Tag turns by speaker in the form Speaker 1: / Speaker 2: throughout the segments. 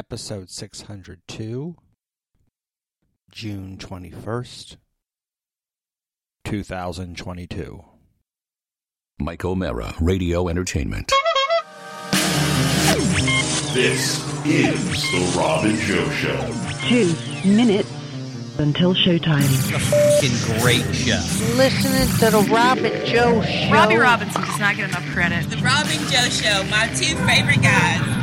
Speaker 1: Episode 602, June 21st, 2022.
Speaker 2: Mike O'Mara, Radio Entertainment.
Speaker 3: This is the Rob and Joe Show.
Speaker 4: two minutes until showtime.
Speaker 5: listening to the Robin Joe show.
Speaker 6: Robbie Robinson does not get enough credit.
Speaker 7: The Robin Joe Show, my two favorite guys.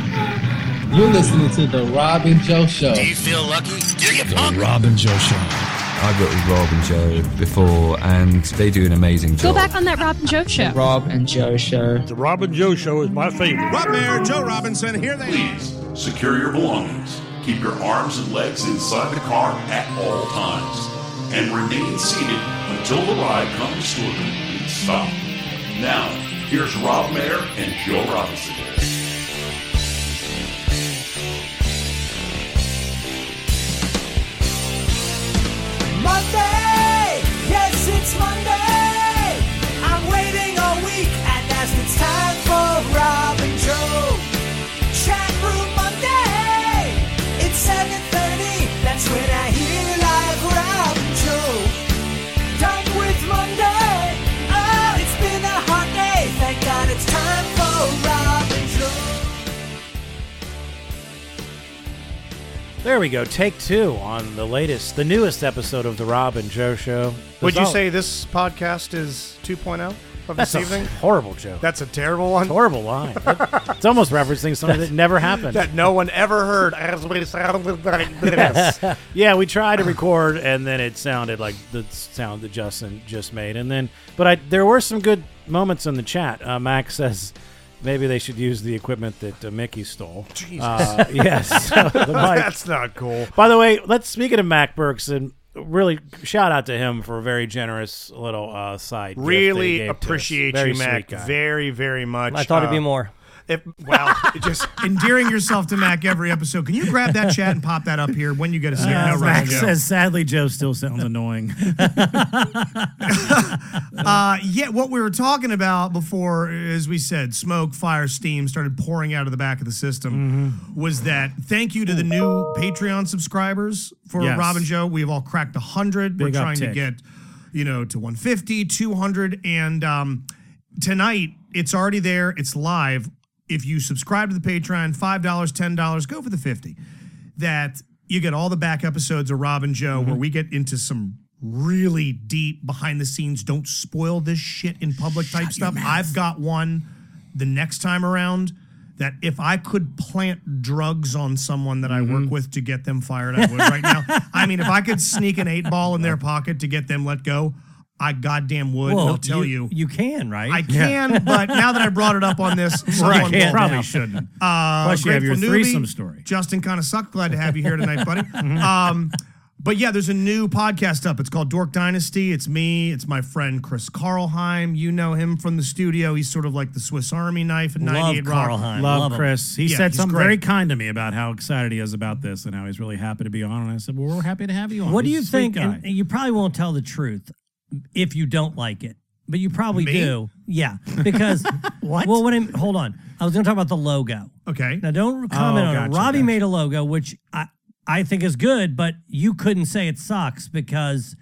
Speaker 8: You're listening to the Rob and Joe Show.
Speaker 9: Robin Joe Show.
Speaker 10: I've worked with Rob and Joe before, and they do an amazing job.
Speaker 6: on that Robin Joe show.
Speaker 8: Rob and Joe Show.
Speaker 11: The Robin Joe Show is my favorite.
Speaker 9: Rob Mayer, Joe Robinson, here they
Speaker 3: Please secure your belongings. Keep your arms and legs inside the car at all times. And remain seated until the ride comes to a complete stop. Now, here's Rob Mayer and Joe Robinson.
Speaker 9: Monday! Yes, it's Monday! I'm waiting all week, and as it's time for Rob and Joe. Chat Room Monday! It's 7.30, that's when I hear live Rob and Joe. Done with Monday! Oh, it's been a hard day, thank God it's time for Rob and Joe.
Speaker 12: There we go. Take two on the latest, the newest episode of the Rob and Joe Show.
Speaker 9: Would you
Speaker 12: say
Speaker 9: this podcast is 2.0 of
Speaker 12: that's a horrible joke?
Speaker 9: That's a terrible one.
Speaker 12: horrible line. That- it's almost referencing something that never happened.
Speaker 9: that no one ever heard. Yes.
Speaker 12: yeah, we tried to record, and then it sounded like the sound that Justin just made. And then, but I, there were some good moments in the chat. Uh, Max says maybe they should use the equipment that uh, Mickey stole. Jesus. Uh, yes. the mic.
Speaker 9: That's not cool.
Speaker 12: By the way, let's speaking of Mac Burks and really shout out to him for a very generous little uh, side. gift that he
Speaker 9: Really
Speaker 12: gave to us.
Speaker 9: appreciate
Speaker 12: Very
Speaker 9: you,
Speaker 12: sweet
Speaker 9: Mac,
Speaker 12: guy.
Speaker 9: very, very much.
Speaker 8: I thought it'd be
Speaker 9: Um,
Speaker 8: more.
Speaker 9: If, wow, it just
Speaker 11: Endearing yourself to Mac every episode. Can you grab that chat and pop that up here when you get a second? no, Rob and Joe.
Speaker 12: Uh, sadly, Joe still sounds annoying.
Speaker 11: Uh, yeah, what we were talking about before, as we said, smoke, fire, steam started pouring out of the back of the system.
Speaker 12: Mm-hmm.
Speaker 11: Was that thank you to the new Patreon subscribers for
Speaker 12: Yes.
Speaker 11: Rob and Joe? We've all cracked 100. We're
Speaker 12: Big
Speaker 11: trying to
Speaker 12: uptick.
Speaker 11: get, you know, to 150, 200. And um, tonight, it's already there, it's live. If you subscribe to the Patreon, $5, $10, go for the 50 that you get all the back episodes of Rob and Joe where we get into some really deep behind the scenes, don't spoil this shit in public type stuff. I've got one the next time around that if I could plant drugs on someone that I work with to get them fired, I would right now. I mean, if I could sneak an eight ball in their pocket to get them let go, I goddamn would. I'll tell you.
Speaker 8: You can, right?
Speaker 11: I can, but now that I brought it up on this, someone
Speaker 8: Right,
Speaker 11: will
Speaker 8: probably
Speaker 11: now.
Speaker 8: shouldn't.
Speaker 11: Uh,
Speaker 8: Plus you have
Speaker 11: Grateful
Speaker 8: your
Speaker 11: Newbie.
Speaker 8: threesome story. Mm-hmm.
Speaker 11: Justin kind of sucked. Glad to have you here tonight, buddy. um, but yeah, there's a new podcast up. It's called Dork Dynasty. It's me. It's my friend Chris Carlheim. You know him from the studio. He's sort of like the Swiss Army knife in
Speaker 8: Love
Speaker 11: 98 Rock.
Speaker 8: Carlheim.
Speaker 9: Love,
Speaker 8: him.
Speaker 9: Chris. He
Speaker 11: Yeah,
Speaker 9: said
Speaker 11: he's
Speaker 9: something
Speaker 11: great.
Speaker 9: very kind to me about how excited he is about this and how he's really happy to be on. And I said, "Well, we're happy to have you on."
Speaker 8: What do
Speaker 9: He's
Speaker 8: you
Speaker 9: a sweet
Speaker 8: think?
Speaker 9: guy.
Speaker 8: And you probably won't tell the truth if you don't like it, but you probably
Speaker 11: Me?
Speaker 8: do. Yeah, because
Speaker 9: What?
Speaker 8: Well, when I, hold on, I was going to talk about the logo.
Speaker 11: Okay.
Speaker 8: Now, don't comment on
Speaker 9: gotcha,
Speaker 8: it. Robbie
Speaker 9: gotcha.
Speaker 8: made a logo, which I I think is good, but you couldn't say it sucks because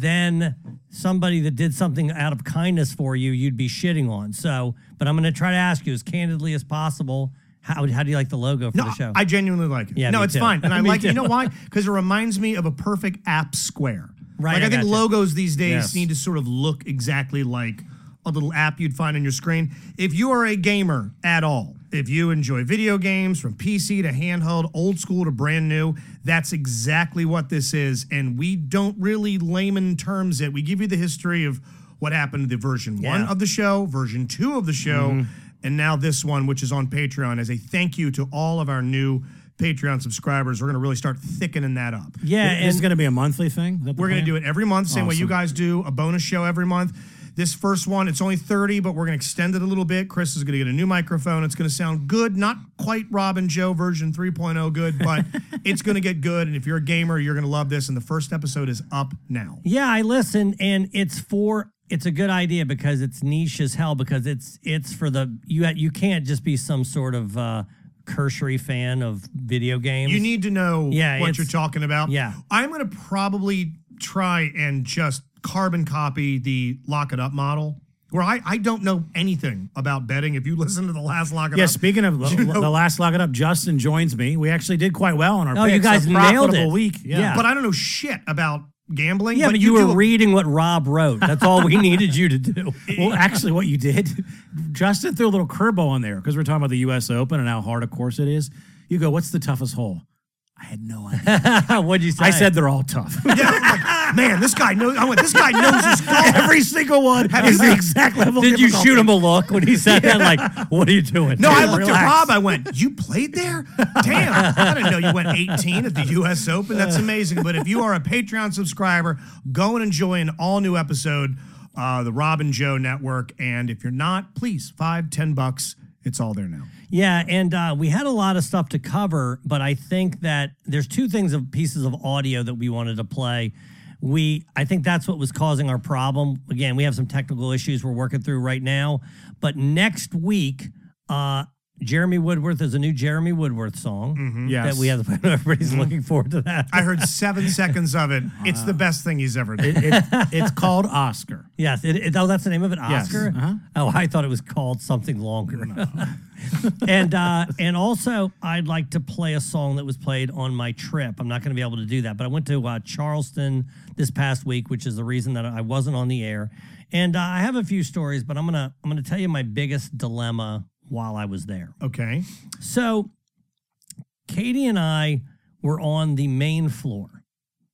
Speaker 8: then somebody that did something out of kindness for you, you'd be shitting on. So, but I'm going to try to ask you as candidly as possible. How, how do you like the logo for
Speaker 11: No,
Speaker 8: the show?
Speaker 11: I genuinely like it.
Speaker 8: Yeah,
Speaker 11: no,
Speaker 8: me
Speaker 11: it's
Speaker 8: too.
Speaker 11: fine. And I
Speaker 8: Me
Speaker 11: like it. You
Speaker 8: too.
Speaker 11: know why? Because it reminds me of a perfect app square.
Speaker 8: Right,
Speaker 11: Like I,
Speaker 8: I
Speaker 11: think
Speaker 8: gotcha.
Speaker 11: logos these days
Speaker 9: Yes.
Speaker 11: need to sort of look exactly like a little app you'd find on your screen. If you are a gamer at all, if you enjoy video games from PC to handheld, old school to brand new, that's exactly what this is. And we don't really layman terms it. We give you the history of what happened to the version one
Speaker 8: Yeah. Mm-hmm.
Speaker 11: of the show, version two of the show, and now this one, which is on Patreon, as a thank you to all of our new Patreon subscribers. We're going to really start thickening that up.
Speaker 8: yeah,
Speaker 9: Is
Speaker 8: and
Speaker 9: it going to be a monthly thing? Is that the
Speaker 11: We're going
Speaker 9: plan?
Speaker 11: to do it every month, same way you guys do a bonus show every month. This first one, it's only 30, but we're going to extend it a little bit. Chris is going to get a new microphone. It's going to sound good, not quite Rob and Joe version 3.0 good, but it's going to get good. And if you're a gamer, you're going to love this. And the first episode is up now.
Speaker 8: Yeah, I listen, and it's for it's a good idea because it's niche as hell because it's it's for the you you can't just be some sort of uh,
Speaker 12: cursory fan of video games.
Speaker 11: You need to know
Speaker 12: Yeah,
Speaker 11: what
Speaker 12: it's-
Speaker 11: you're talking about.
Speaker 12: yeah.
Speaker 11: I'm going to probably try and just carbon copy the lock it up model where I, I don't know anything about betting. If you listen to the last lock it
Speaker 9: Yeah,
Speaker 11: up.
Speaker 9: speaking of
Speaker 11: you know-
Speaker 9: the last lock it up, Justin joins me. We actually did quite well on our
Speaker 12: Oh, you
Speaker 9: picks.
Speaker 12: guys
Speaker 9: A
Speaker 12: nailed
Speaker 9: profitable
Speaker 12: it.
Speaker 9: week. Yeah.
Speaker 12: Yeah.
Speaker 11: But I don't know shit about gambling.
Speaker 12: yeah, but, you,
Speaker 11: you do
Speaker 12: were
Speaker 11: a-
Speaker 12: reading what Rob wrote. That's all we needed you to do.
Speaker 9: well, actually, what you did, Justin threw a little curveball in there because we're talking about the U.S. Open and how hard a course it is. You go, what's the toughest hole? I had no idea.
Speaker 12: What'd you say?
Speaker 9: I said they're all tough.
Speaker 11: Yeah, I'm like, man, this guy knows. I went, this guy knows his golf.
Speaker 9: Every single one is the exact level. of
Speaker 12: Did you
Speaker 9: difficulty.
Speaker 12: shoot him a look when he said that? Like, what are you doing?
Speaker 11: No, I
Speaker 12: Dude,
Speaker 11: looked at
Speaker 12: relax.
Speaker 11: Rob. I went, "You played there? Damn! I didn't know you went 18 at the U.S. Open. That's amazing." But if you are a Patreon subscriber, go and enjoy an all-new episode, uh, the Rob and Joe Network. And if you're not, please five, ten bucks. It's all there now.
Speaker 12: Yeah, and uh, we had a lot of stuff to cover, but I think that there's two things of pieces of audio that we wanted to play. We, I think that's what was causing our problem. Again, we have some technical issues we're working through right now, but next week, uh, Jeremy Woodworth is a new Jeremy Woodworth song
Speaker 9: Mm-hmm. Yes. Mm-hmm.
Speaker 12: that we have. Everybody's looking forward to that.
Speaker 11: I heard seven seconds of it. It's the best thing he's ever done.
Speaker 9: It- it- it's called Oscar.
Speaker 12: Yes. It, it- oh, that's the name of it,
Speaker 9: Yes.
Speaker 12: Oscar.
Speaker 9: Uh-huh.
Speaker 12: Oh, I thought it was called something longer. and uh, and also, I'd like to play a song that was played on my trip. I'm not going to be able to do that, but I went to uh, Charleston this past week, which is the reason that I wasn't on the air. And uh, I have a few stories, but I'm gonna I'm gonna tell you my biggest dilemma while I was there.
Speaker 11: Okay.
Speaker 12: So, Katie and I were on the main floor.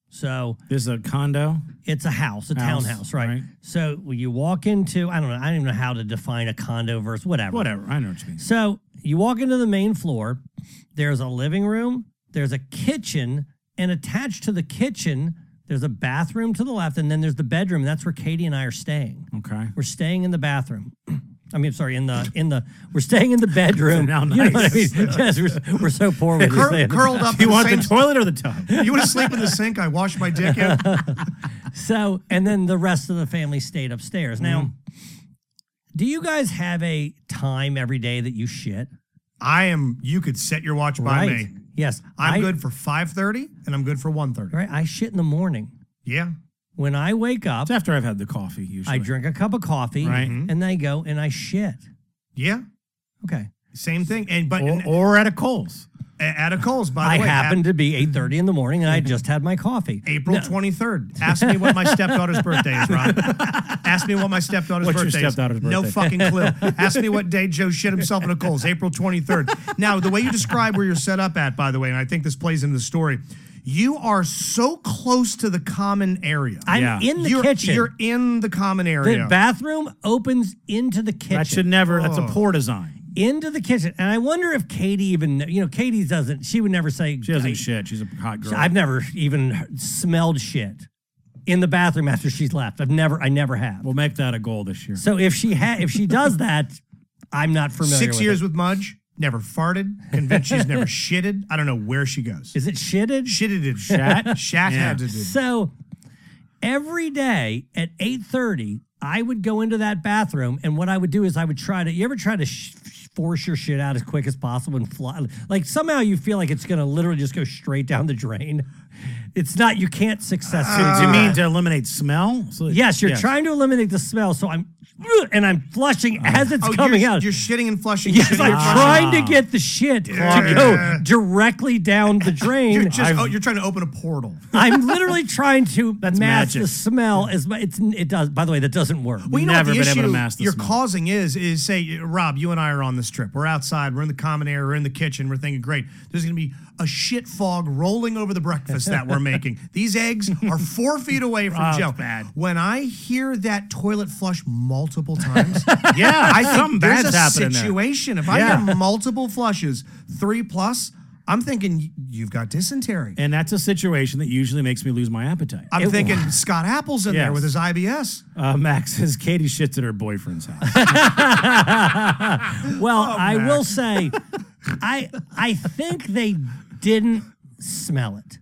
Speaker 12: So
Speaker 9: This is a condo.
Speaker 12: it's a house, a
Speaker 9: House,
Speaker 12: townhouse, right?
Speaker 9: right.
Speaker 12: So when you walk into, I don't know, I don't even know how to define a condo versus whatever.
Speaker 9: Whatever. I know what you mean.
Speaker 12: So you walk into the main floor, there's a living room, there's a kitchen, and attached to the kitchen, there's a bathroom to the left, and then there's the bedroom. That's where Katie and I are staying.
Speaker 9: Okay.
Speaker 12: We're staying in the bathroom. I mean, sorry, in the in the we're staying in the bedroom.
Speaker 9: Now
Speaker 12: You know what I mean?
Speaker 9: nice.
Speaker 12: Yes, we're, we're so poor with
Speaker 11: Cur- curled up.
Speaker 9: Do you
Speaker 11: in
Speaker 9: want the
Speaker 11: the same-
Speaker 9: toilet or the tub?
Speaker 11: You want to sleep in the sink? I wash my dick in.
Speaker 12: So, and then the rest of the family stayed upstairs. Now,
Speaker 9: Mm-hmm.
Speaker 12: do you guys have a time every day that you shit?
Speaker 11: I am. You could set your watch by me.
Speaker 12: Yes.
Speaker 11: I'm
Speaker 12: I-
Speaker 11: good for 5:30 and I'm good for 1:30.
Speaker 12: Right. I shit in the morning.
Speaker 11: Yeah.
Speaker 12: When I wake up,
Speaker 9: It's after I've had the coffee usually.
Speaker 12: I drink a cup of coffee
Speaker 9: Right.
Speaker 12: and then I go and I shit.
Speaker 11: Yeah.
Speaker 12: Okay.
Speaker 11: Same thing. And but
Speaker 9: Or, or at a Coles.
Speaker 11: at a Coles, by
Speaker 12: I
Speaker 11: the way,
Speaker 12: happened
Speaker 11: hap-
Speaker 12: to be 8:30 in the morning and I just had my coffee.
Speaker 11: April
Speaker 12: No,
Speaker 11: twenty third. Ask me what my stepdaughter's birthday is, Rob. Ask me what my stepdaughter's
Speaker 9: What's your
Speaker 11: birthday
Speaker 9: stepdaughter's
Speaker 11: is. No
Speaker 9: birthday?
Speaker 11: fucking clue. Ask me what day Joe shit himself in a Coles. April twenty third. Now the way you describe where you're set up at, by the way, and I think this plays into the story. You are so close to the common area.
Speaker 12: I'm
Speaker 9: Yeah.
Speaker 12: in the
Speaker 11: you're,
Speaker 12: kitchen.
Speaker 11: You're in the common
Speaker 12: the
Speaker 11: area.
Speaker 12: bathroom opens into the kitchen.
Speaker 9: That should never. That's a
Speaker 11: Oh.
Speaker 9: poor design.
Speaker 12: into the kitchen. And I wonder if Katie even, kn- you know, Katie doesn't, she would never say,
Speaker 9: She doesn't
Speaker 12: I-
Speaker 9: shit. She's a hot girl.
Speaker 12: I've never even smelled shit in the bathroom after she's left. I've never, I never have.
Speaker 9: we'll make that a goal this year.
Speaker 12: so if she ha- if she does that, I'm not familiar.
Speaker 11: Six
Speaker 12: with
Speaker 11: years
Speaker 12: It.
Speaker 11: with Mudge, never farted. Convinced she's never shitted. I don't know where she goes.
Speaker 12: Is it shitted?
Speaker 11: shitted it. Shat. Shat
Speaker 9: Yeah.
Speaker 11: had to do.
Speaker 12: So every day at 8:30, I would go into that bathroom, and what I would do is I would try to. You ever try to sh- force your shit out as quick as possible and fly? Like somehow you feel like it's gonna literally just go straight down the drain. It's not. You can't successfully.
Speaker 9: Do
Speaker 11: Ah.
Speaker 12: do
Speaker 9: you
Speaker 12: that.
Speaker 9: mean to eliminate smell? So-
Speaker 12: Yes, you're trying to eliminate the smell. So I'm and I'm flushing as it's coming
Speaker 11: Uh-huh. Oh, you're,
Speaker 12: out.
Speaker 11: You're shitting and flushing.
Speaker 12: yes,
Speaker 11: shitting
Speaker 12: I'm
Speaker 11: and flushing.
Speaker 12: trying to get the shit to go directly down the
Speaker 11: You're
Speaker 12: drain.
Speaker 11: just oh, you're trying to open a portal.
Speaker 12: I'm literally trying to mask the
Speaker 9: magic.
Speaker 12: smell as mu- it's it does. By the way, that doesn't work.
Speaker 11: Well, you know
Speaker 9: Never
Speaker 11: what the
Speaker 9: been
Speaker 11: issue
Speaker 9: able to mask the
Speaker 11: you're
Speaker 9: smell.
Speaker 11: causing is is say Rob, you and I are on this trip. We're outside. We're in the common area. We're in the kitchen. We're thinking, great. There's going to be a shit fog rolling over the breakfast that we're making. These eggs are four feet away from
Speaker 9: Rob's
Speaker 11: Joe.
Speaker 9: Oh, bad.
Speaker 11: When I hear that toilet flush multiple times,
Speaker 9: Yeah,
Speaker 11: I think
Speaker 9: something
Speaker 11: there's
Speaker 9: bad's
Speaker 11: a
Speaker 9: happening there.
Speaker 11: situation. If I
Speaker 9: Yeah.
Speaker 11: get multiple flushes, three plus, I'm thinking you've got dysentery.
Speaker 9: And that's a situation that usually makes me lose my appetite.
Speaker 11: I'm thinking Scott Apple's in there
Speaker 9: Yes.
Speaker 11: with his IBS.
Speaker 9: Uh, Max says Katie shits at her boyfriend's house.
Speaker 12: well,
Speaker 13: Oh,
Speaker 12: I will say, I I think they didn't smell it.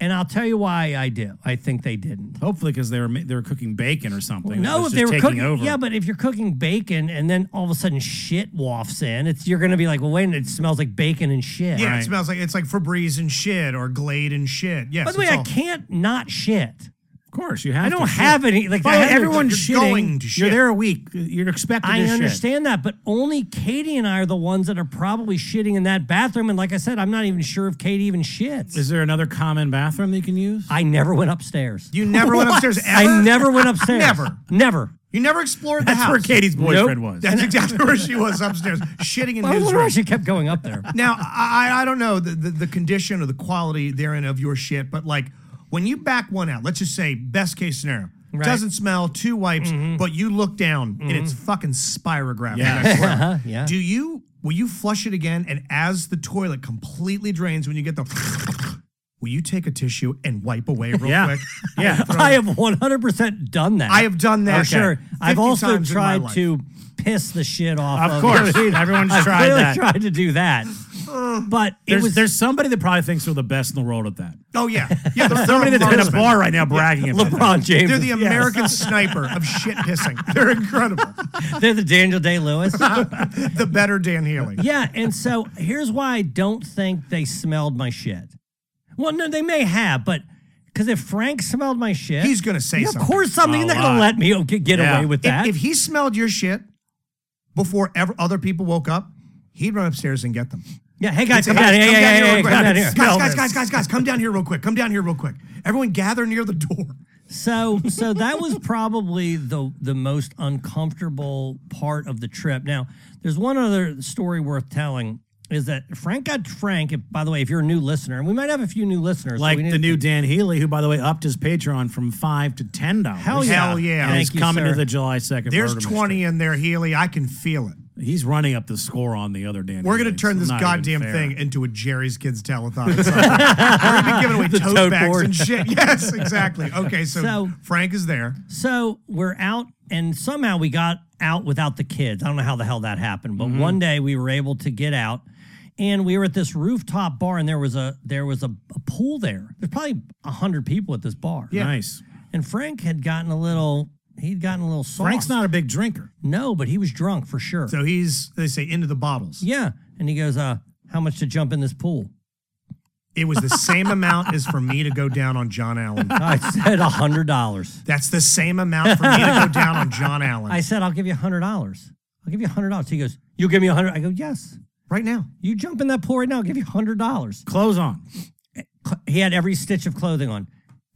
Speaker 12: And I'll tell you why I do. I think they didn't.
Speaker 13: Hopefully, because they were ma- they were cooking bacon or something. that
Speaker 12: No,
Speaker 13: was
Speaker 12: if
Speaker 13: just
Speaker 12: they were
Speaker 13: taking
Speaker 12: cooking,
Speaker 13: over.
Speaker 12: yeah, but if you're cooking bacon and then all of a sudden shit wafts in, it's you're gonna be like, well, wait, a minute, it smells like bacon and shit.
Speaker 11: Yeah, it smells like it's like Febreze and shit or Glade and shit. Yes.
Speaker 12: By the way, I can't not shit.
Speaker 13: Of course, you have.
Speaker 12: I don't have any- like, I
Speaker 13: Well,
Speaker 12: have-
Speaker 13: everyone's
Speaker 12: you're
Speaker 13: shitting.
Speaker 12: going to
Speaker 13: You're
Speaker 12: shit.
Speaker 13: there a week. You're expected.
Speaker 12: I
Speaker 13: to shit.
Speaker 12: understand that, but only Katie and I are the ones that are probably shitting in that bathroom. And like I said, I'm not even sure if Katie even shits.
Speaker 13: Is there another common bathroom that you can use?
Speaker 12: I never went upstairs.
Speaker 11: You never went upstairs
Speaker 12: I
Speaker 11: ever?
Speaker 12: never went upstairs.
Speaker 11: Never.
Speaker 12: Never.
Speaker 11: You never explored the
Speaker 13: That's
Speaker 11: house.
Speaker 13: where Katie's boyfriend
Speaker 11: Nope.
Speaker 13: was.
Speaker 11: That's exactly where she was upstairs, shitting in
Speaker 12: I
Speaker 11: his
Speaker 12: wonder why
Speaker 11: room.
Speaker 12: she kept going up there.
Speaker 11: Now, I, I I don't know the, the, the condition or the quality therein of your shit, but like when you back one out, let's just say best case scenario,
Speaker 12: Right. Mm-hmm.
Speaker 11: doesn't smell, two wipes, but you look down and it's fucking spirograph.
Speaker 12: Yeah.
Speaker 11: and I swear.
Speaker 12: Uh-huh, yeah.
Speaker 11: Do you, will you flush it again? And as the toilet completely drains, when you get the, will you take a tissue and wipe away real
Speaker 12: Yeah.
Speaker 11: quick?
Speaker 12: Yeah,
Speaker 11: Throw-
Speaker 12: I have 100% done that.
Speaker 11: I have done that,
Speaker 12: For sure.
Speaker 11: okay,
Speaker 12: I've
Speaker 11: 50
Speaker 12: also
Speaker 11: times in my
Speaker 12: tried
Speaker 11: life.
Speaker 12: to piss the shit off.
Speaker 13: Of course.
Speaker 12: you know what I mean?
Speaker 13: Everyone's
Speaker 12: I've
Speaker 13: tried
Speaker 12: clearly
Speaker 13: that.
Speaker 12: tried to do that. But it
Speaker 13: There's,
Speaker 12: was
Speaker 13: there's somebody that probably thinks they're the best in the world at that.
Speaker 11: Oh yeah, yeah. There's
Speaker 13: Somebody that's in a bar right now bragging about
Speaker 12: LeBron
Speaker 13: that.
Speaker 12: James.
Speaker 11: They're the
Speaker 12: Yes.
Speaker 11: American sniper of shit pissing. They're incredible.
Speaker 12: They're the Daniel Day Lewis.
Speaker 11: The better Dan Healy.
Speaker 12: yeah, and so here's why I don't think they smelled my shit. Well, no, they may have, but because if Frank smelled my shit,
Speaker 11: He's gonna say
Speaker 12: Yeah,
Speaker 11: something.
Speaker 12: Of course, something.
Speaker 13: A
Speaker 12: They're not gonna
Speaker 13: lot.
Speaker 12: let me get get
Speaker 13: Yeah.
Speaker 12: away with
Speaker 11: If,
Speaker 12: that.
Speaker 11: if he smelled your shit before ever other people woke up, he'd run upstairs and get them.
Speaker 12: yeah, hey guys,
Speaker 11: He'd say,
Speaker 12: come down here.
Speaker 11: "Guys,
Speaker 12: Hey, hey, hey, hey,
Speaker 11: real
Speaker 12: come down
Speaker 11: quick.
Speaker 12: here.
Speaker 11: Guys, guys, guys, guys, guys, come down here real quick. Come down here real quick. Everyone gather near the door.
Speaker 12: So so that was probably the the most uncomfortable part of the trip. Now, there's one other story worth telling is that Frank got Frank, if, by the way, if you're a new listener, and we might have a few new listeners. so
Speaker 13: Like
Speaker 12: we need
Speaker 13: the
Speaker 12: to-
Speaker 13: new Dan Healy, who, by the way, upped his Patreon from 5 to $10.
Speaker 12: Hell yeah.
Speaker 11: Hell yeah.
Speaker 13: And he's
Speaker 12: Thank you,
Speaker 13: coming
Speaker 12: sir.
Speaker 13: to the July 2nd.
Speaker 11: There's
Speaker 13: Vertimus
Speaker 11: 20 in there, Healy. I can feel it.
Speaker 13: Street. He's running up the score on the other Dan
Speaker 11: We're
Speaker 13: going
Speaker 11: gonna
Speaker 13: to
Speaker 11: turn this goddamn thing into a Jerry's Kids telethon. at some point. We're gonna be giving away tote,
Speaker 12: tote
Speaker 11: bags
Speaker 12: board.
Speaker 11: and shit. Yes, exactly. Okay, so,
Speaker 12: So-
Speaker 11: Frank is there.
Speaker 12: So we're out, and somehow we got out without the kids. I don't know how the hell that happened,
Speaker 13: Mm-hmm.
Speaker 12: but one day we were able to get out, and we were at this rooftop bar, and there was a there was a, a pool there. There's probably hundred people at this bar.
Speaker 13: Nice.
Speaker 12: and Frank had gotten a little. He'd gotten a little soft.
Speaker 13: Frank's not a big drinker.
Speaker 12: No, but he was drunk for sure.
Speaker 11: So he's they say into the bottles.
Speaker 12: yeah, and he goes, "Uh, how much to jump in this pool?"
Speaker 11: It was the same amount as for me to go down on John Allen.
Speaker 12: I said a hundred dollars.
Speaker 11: That's the same amount for me to go down on John Allen
Speaker 12: I said, "I'll give you a hundred dollars. I'll give you a hundred dollars." He goes, "You'll give me a hundred? I go, "Yes."
Speaker 11: right now.
Speaker 12: You jump in that pool right now. I'll give you a hundred dollars.
Speaker 13: Clothes on.
Speaker 12: cl- he had every stitch of clothing on.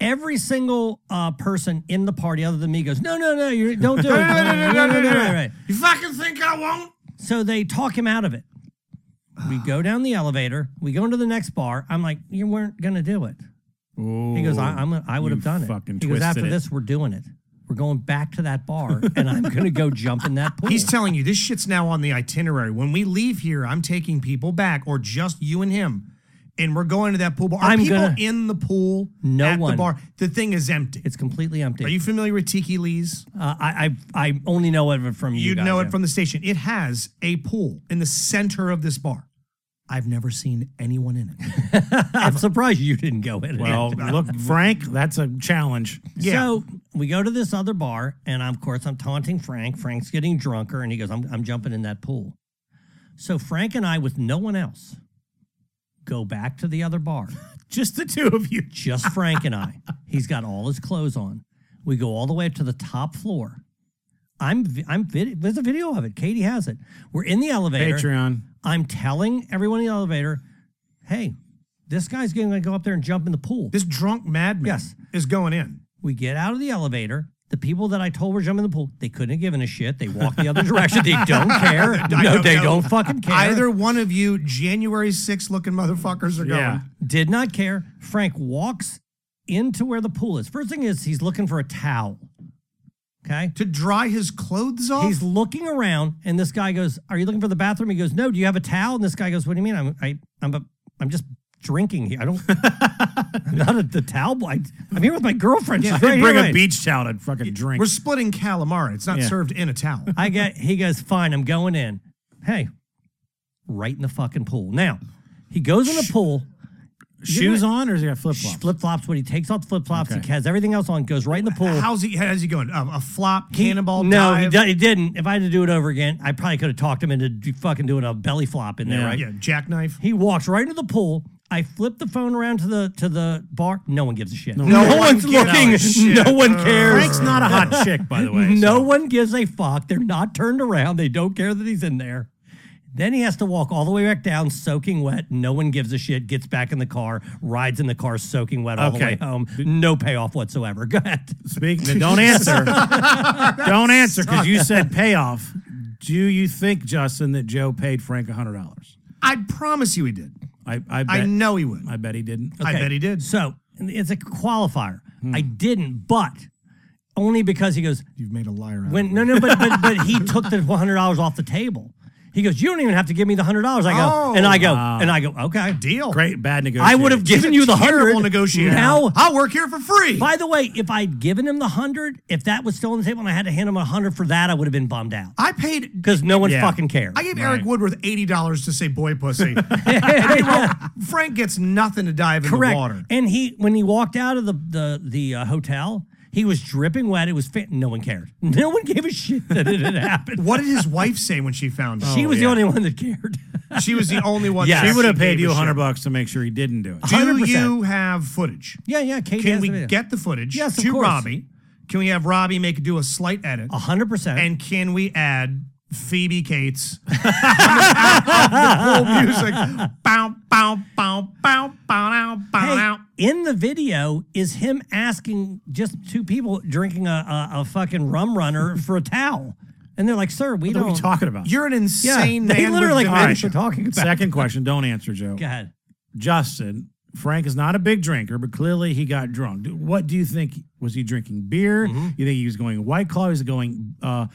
Speaker 12: Every single uh, person in the party, other than me, goes, "No, no, no, you don't do it." Right, right.
Speaker 11: You fucking think I won't?
Speaker 12: So they talk him out of it. We go down the elevator. We go into the next bar. I'm like, "You weren't gonna do it." he goes, "I, I'm, gonna- I would
Speaker 13: you
Speaker 12: have done it."
Speaker 13: fucking
Speaker 12: he goes, "After
Speaker 13: twisted it."
Speaker 12: this, we're doing it. We're going back to that bar, and I'm gonna go jump in that pool."
Speaker 11: He's telling you this shit's now on the itinerary. When we leave here, I'm taking people back, or just you and him, and we're going to that pool bar. Are
Speaker 12: I'm
Speaker 11: people
Speaker 12: gonna-
Speaker 11: in the pool?
Speaker 12: No
Speaker 11: at
Speaker 12: one.
Speaker 11: The bar. The thing is empty.
Speaker 12: it's completely empty.
Speaker 11: Are you familiar with Tiki Lee's?
Speaker 12: uh, I, I I only know of it from you.
Speaker 11: You'd
Speaker 12: guys,
Speaker 11: know
Speaker 12: yeah.
Speaker 11: it from the station. It has a pool in the center of this bar. I've never seen anyone in it.
Speaker 12: I'm surprised you didn't go in. it.
Speaker 13: Well, look, Frank, that's a challenge.
Speaker 12: So we go to this other bar, and I'm, of course, I'm taunting Frank. Frank's getting drunker, and he goes, I'm, I'm jumping in that pool. So Frank and I, with no one else, go back to the other bar.
Speaker 13: Just the two of you.
Speaker 12: Just Frank and I. He's got all his clothes on. We go all the way up to the top floor. I'm, vi- I'm, vid- there's a video of it. Katie has it. We're in the elevator.
Speaker 13: Patreon.
Speaker 12: I'm telling everyone in the elevator, hey, this guy's going to go up there and jump in the pool.
Speaker 11: This drunk madman
Speaker 12: Yes.
Speaker 11: is going in.
Speaker 12: We get out of the elevator. The people that I told were jumping in the pool, they couldn't have given a shit. They walked the other direction. They don't care. No,
Speaker 11: I don't
Speaker 12: they
Speaker 11: know.
Speaker 12: don't fucking care.
Speaker 11: Either one of you January 6th looking motherfuckers are going.
Speaker 13: Yeah.
Speaker 12: Did not care. Frank walks into where the pool is. First thing is he's looking for a towel. Okay.
Speaker 11: To dry his clothes off?
Speaker 12: He's looking around, and this guy goes, "Are you looking for the bathroom?" He goes, "No. Do you have a towel?" And this guy goes, "What do you mean? I'm I, I'm a, I'm just drinking here. I don't. I'm not at the towel. boy. I, I'm here with my girlfriend. She's
Speaker 13: I
Speaker 12: right
Speaker 13: didn't bring
Speaker 12: here,
Speaker 13: a
Speaker 12: right?
Speaker 13: beach towel to fucking drink.
Speaker 11: We're splitting calamari. It's not
Speaker 13: Yeah.
Speaker 11: served in a towel.
Speaker 12: I get he goes, fine, I'm going in. Hey, right in the fucking pool. Now, he goes in the pool.
Speaker 3: shoes on, or is he got flip flops?
Speaker 12: Flip flops. When he takes off the flip flops, he has everything else on. Goes right in the pool.
Speaker 11: How's he? How's he going? Um, a flop, cannonball,
Speaker 12: No,
Speaker 11: dive?
Speaker 12: Oh. he, di- he didn't. If I had to do it over again, I probably could have talked him into do- fucking doing a belly flop in there,
Speaker 11: Yeah.
Speaker 12: right?
Speaker 11: Yeah, jackknife.
Speaker 12: He walks right into the pool. I flip the phone around to the to the bar. No one gives a shit. No,
Speaker 3: No one gives
Speaker 12: one's
Speaker 3: a
Speaker 12: looking.
Speaker 3: shit.
Speaker 12: No one
Speaker 3: Uh,
Speaker 12: cares.
Speaker 3: Frank's not a hot chick, by the way,
Speaker 12: No one gives a fuck. They're not turned around. They don't care that he's in there. Then he has to walk all the way back down, soaking wet. No one gives a shit. Gets back in the car, rides in the car, soaking wet all the
Speaker 3: Okay.
Speaker 12: way home. No payoff whatsoever. Go ahead.
Speaker 3: Speak. then don't answer. don't answer because you said payoff. Do you think, Justin, that Joe paid Frank hundred dollars?
Speaker 11: I promise you he did.
Speaker 3: I I, bet,
Speaker 11: I know he would.
Speaker 3: I bet he didn't. Hmm.
Speaker 12: Okay.
Speaker 11: did.
Speaker 12: So and it's a qualifier. I didn't, but only because he goes
Speaker 11: You've made a liar out
Speaker 12: when no no but but, but he took the one hundred dollars off the table. He goes, you don't even have to give me the hundred dollars. I go
Speaker 11: Oh.
Speaker 12: and I go
Speaker 3: Wow.
Speaker 12: and I go okay.
Speaker 11: Deal.
Speaker 3: Great, bad negotiation.
Speaker 12: I would have given you the
Speaker 11: Terrible
Speaker 12: hundred.
Speaker 11: negotiator.
Speaker 12: Now,
Speaker 11: I'll work here for free.
Speaker 12: by the way, if I'd given him the hundred, if that was still on the table and I had to hand him a hundred for that, I would have been bummed out
Speaker 11: I paid.
Speaker 12: because no one
Speaker 11: Yeah.
Speaker 12: fucking cared.
Speaker 11: I gave Eric Woodworth eighty dollars to say "boy pussy." Frank gets nothing to dive in
Speaker 12: Correct.
Speaker 11: the water.
Speaker 12: And he, when he walked out of the the the uh, hotel, he was dripping wet. It was fit. No one cared. No one gave a shit that it had happened.
Speaker 11: What did his wife say when she found out?
Speaker 12: She was
Speaker 11: Oh, yeah.
Speaker 12: the only one that cacared.
Speaker 11: She was the only one.
Speaker 12: Yeah.
Speaker 11: that
Speaker 3: She would have
Speaker 11: actually
Speaker 3: paid
Speaker 11: gave
Speaker 3: you
Speaker 11: a
Speaker 3: hundred
Speaker 11: shit.
Speaker 3: bucks to make sure he didn't do it.
Speaker 11: Do
Speaker 12: 100%.
Speaker 11: you have footage?
Speaker 12: yeah, yeah. Kate
Speaker 11: Can
Speaker 12: has
Speaker 11: we
Speaker 12: the video.
Speaker 11: get the footage
Speaker 12: Yes, of
Speaker 11: to
Speaker 12: course.
Speaker 11: Robbie? Can we have Robbie make do a slight edit?
Speaker 12: a hundred percent?
Speaker 11: And can we add Phoebe Cates? the whole music. Bow, bow, bow, bow, bow, now, bow,
Speaker 12: hey,
Speaker 11: now.
Speaker 12: in the video is him asking just two people drinking a a, a fucking rum runner for a towel, and they're like, "Sir, we
Speaker 3: What are
Speaker 12: don't."
Speaker 3: we talking about?
Speaker 11: You're an
Speaker 12: yeah,
Speaker 11: insane
Speaker 12: they
Speaker 11: man.
Speaker 12: literally
Speaker 11: with
Speaker 12: like, "What are
Speaker 11: dementia.
Speaker 12: you talking about?"
Speaker 3: Second question. Don't answer, Joe.
Speaker 12: Go ahead.
Speaker 3: Justin, Frank is not a big drinker, but clearly he got drunk. Do- What do you think? Was he drinking beer?
Speaker 11: Mm-hmm.
Speaker 3: You think he was going White Claw? He was going, uh,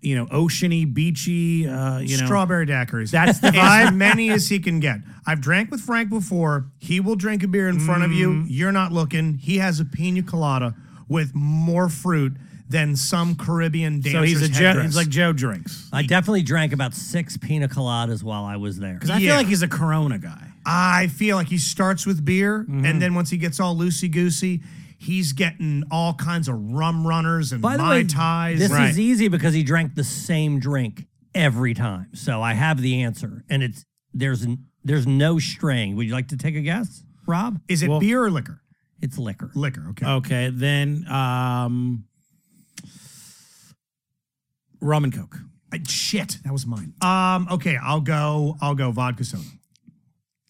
Speaker 3: you know, oceany, beachy, uh, you know.
Speaker 11: Strawberry daiquiris.
Speaker 3: That's the
Speaker 11: as
Speaker 3: vibe.
Speaker 11: many as he can get. I've drank with Frank before. He will drink a beer in front of
Speaker 3: Mm.
Speaker 11: you. You're not looking. He has a pina colada with more fruit than some Caribbean dancer.
Speaker 3: So he's a Joe. He's like Joe drinks.
Speaker 12: I definitely drank about six pina coladas while I was there.
Speaker 3: Because I
Speaker 11: Yeah.
Speaker 3: feel like he's a Corona guy.
Speaker 11: I feel like he starts with beer, and then once he gets all loosey goosey, he's getting all kinds of rum runners and
Speaker 12: By the
Speaker 11: mai
Speaker 12: way,
Speaker 11: tais.
Speaker 12: this is easy because he drank the same drink every time. So I have the answer, and it's there's n- there's no string. Would you like to take a guess, Rob? uh,
Speaker 11: Is it beer or liquor?
Speaker 12: It's liquor.
Speaker 11: Liquor. Okay.
Speaker 3: Okay, then um, rum and coke.
Speaker 11: I- shit, that was mine. Um. Okay, I'll go. I'll go vodka soda.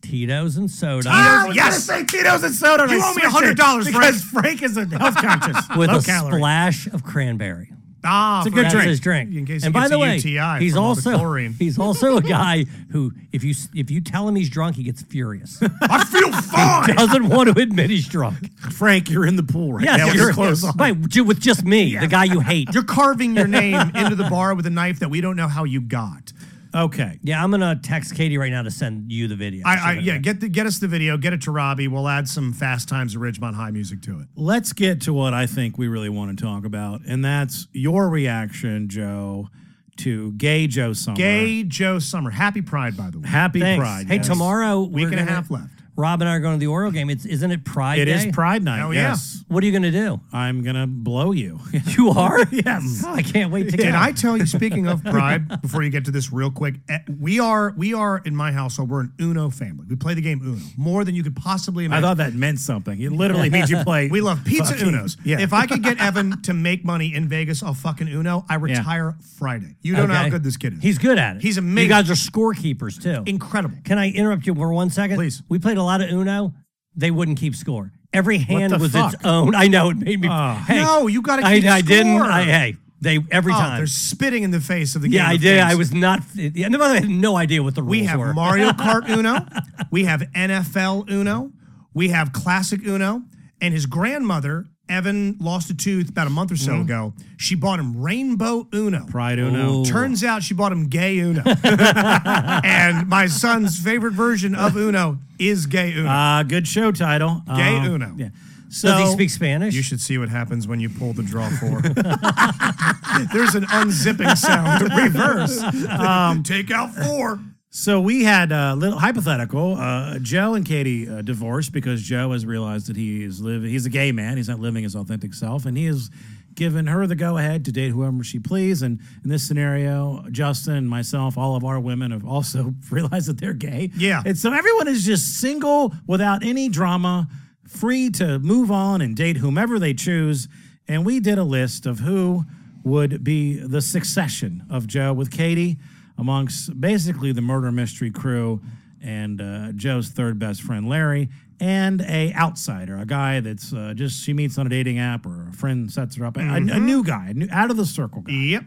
Speaker 12: Tito's and soda
Speaker 11: Ah! yes, say Tito's and soda. You owe me
Speaker 3: switched
Speaker 11: hundred
Speaker 3: it
Speaker 11: dollars,
Speaker 3: because
Speaker 11: Frank is a health conscious.
Speaker 12: with
Speaker 3: Low
Speaker 12: a
Speaker 3: calorie.
Speaker 12: splash of cranberry.
Speaker 11: Ah,
Speaker 3: It's a good
Speaker 12: That's
Speaker 3: drink.
Speaker 12: his drink.
Speaker 11: In case he
Speaker 12: and by
Speaker 11: gets
Speaker 12: the
Speaker 11: a
Speaker 12: way,
Speaker 11: UTI
Speaker 12: he's
Speaker 11: from all the
Speaker 12: also
Speaker 11: chlorine.
Speaker 12: he's also a guy who if you s- if you tell him he's drunk, he gets furious.
Speaker 11: I feel fine.
Speaker 12: Doesn't want to admit he's drunk.
Speaker 3: Frank, you're in the pool right
Speaker 12: Yes,
Speaker 3: now. with
Speaker 12: you're
Speaker 3: your clothes on.
Speaker 12: Right, ju- with just me, the guy you hate.
Speaker 11: You're carving your name into the bar with a knife that we don't know how you got.
Speaker 3: Okay.
Speaker 12: Yeah, I'm gonna text Katie right now to send you the video.
Speaker 11: I, I
Speaker 12: She's gonna-
Speaker 11: yeah, get the, get us the video, get it to Robbie. We'll add some Fast Times at Ridgemont High music to it.
Speaker 3: Let's get to what I think we really want to talk about, and that's your reaction, Joe, to Gay Joe Summer.
Speaker 11: Gay Joe Summer, Happy Pride, by the way.
Speaker 3: Happy
Speaker 12: Thanks.
Speaker 3: Pride.
Speaker 12: Hey,
Speaker 3: yes.
Speaker 12: tomorrow
Speaker 11: Week
Speaker 12: we're
Speaker 11: and a
Speaker 12: gonna-
Speaker 11: half left.
Speaker 12: Rob and I are going to the Oreo game. It's isn't it Pride?
Speaker 3: It is
Speaker 12: Day?
Speaker 3: Pride Night.
Speaker 11: Hell yeah.
Speaker 3: yes.
Speaker 12: What are you gonna do?
Speaker 3: I'm gonna blow you.
Speaker 12: You are? yes. I can't wait to
Speaker 11: Did
Speaker 12: get.
Speaker 11: I tell you? Speaking of Pride, before you get to this real quick, eh, we are we are in my household. We're an Uno family. We play the game Uno more than you could possibly
Speaker 3: I
Speaker 11: imagine.
Speaker 3: thought that meant something. It literally means you play.
Speaker 11: We love pizza
Speaker 3: fucking-
Speaker 11: Unos.
Speaker 3: Yeah.
Speaker 11: If I could get Evan to make money in Vegas off fucking Uno, I retire Friday. You don't know how
Speaker 12: Okay.
Speaker 11: good this kid is.
Speaker 12: He's good at it.
Speaker 11: He's amazing.
Speaker 12: You guys are scorekeepers too.
Speaker 11: incredible.
Speaker 12: Can I interrupt you for one second?
Speaker 11: Please.
Speaker 12: We played a lot of Uno. They wouldn't keep score. Every hand
Speaker 3: the
Speaker 12: was
Speaker 3: fuck?
Speaker 12: its own. I know it made me.
Speaker 3: Oh.
Speaker 12: hey,
Speaker 11: Uh, No, you gotta
Speaker 12: I,
Speaker 11: keep
Speaker 12: I didn't.
Speaker 11: score.
Speaker 12: I, hey, they every
Speaker 11: Oh,
Speaker 12: time.
Speaker 11: they're spitting in the face of the game.
Speaker 12: Yeah, I
Speaker 11: of
Speaker 12: did.
Speaker 11: things.
Speaker 12: I was not. Yeah, and by the way, I had no idea what the rules
Speaker 11: We have
Speaker 12: were.
Speaker 11: Mario Kart Uno. We have NFL Uno. We have classic Uno. And his grandmother, Evan, lost a tooth about a month or so
Speaker 12: Mm-hmm.
Speaker 11: ago. She bought him Rainbow Uno.
Speaker 3: Pride Uno.
Speaker 11: Turns out she bought him Gay Uno. and my son's favorite version of Uno is Gay Uno.
Speaker 3: Uh, good show title.
Speaker 11: Gay
Speaker 3: Um,
Speaker 11: Uno.
Speaker 3: Yeah. So
Speaker 12: Does he speak Spanish?
Speaker 11: You should see what happens when you pull the draw four. Um, There's an unzipping sound. Reverse. Take out four.
Speaker 12: So we had a little hypothetical. Uh, Joe and Katie uh, divorced because Joe has realized that he is living. He's a gay man. He's not living his authentic self, and he has given her the go ahead to date whoever she please. And in this scenario, Justin, myself, all of our women have also realized that they're gay.
Speaker 11: Yeah.
Speaker 12: And so everyone is just single without any drama, free to move on and date whomever they choose. And we did a list of who would be the succession of Joe with Katie amongst basically the murder mystery crew and uh, Joe's third best friend Larry and a outsider, a guy that's uh, just she meets on a dating app or a friend sets her up, a- a, a
Speaker 11: Mhm.
Speaker 12: new guy, a new, out of the circle guy.
Speaker 11: Yep.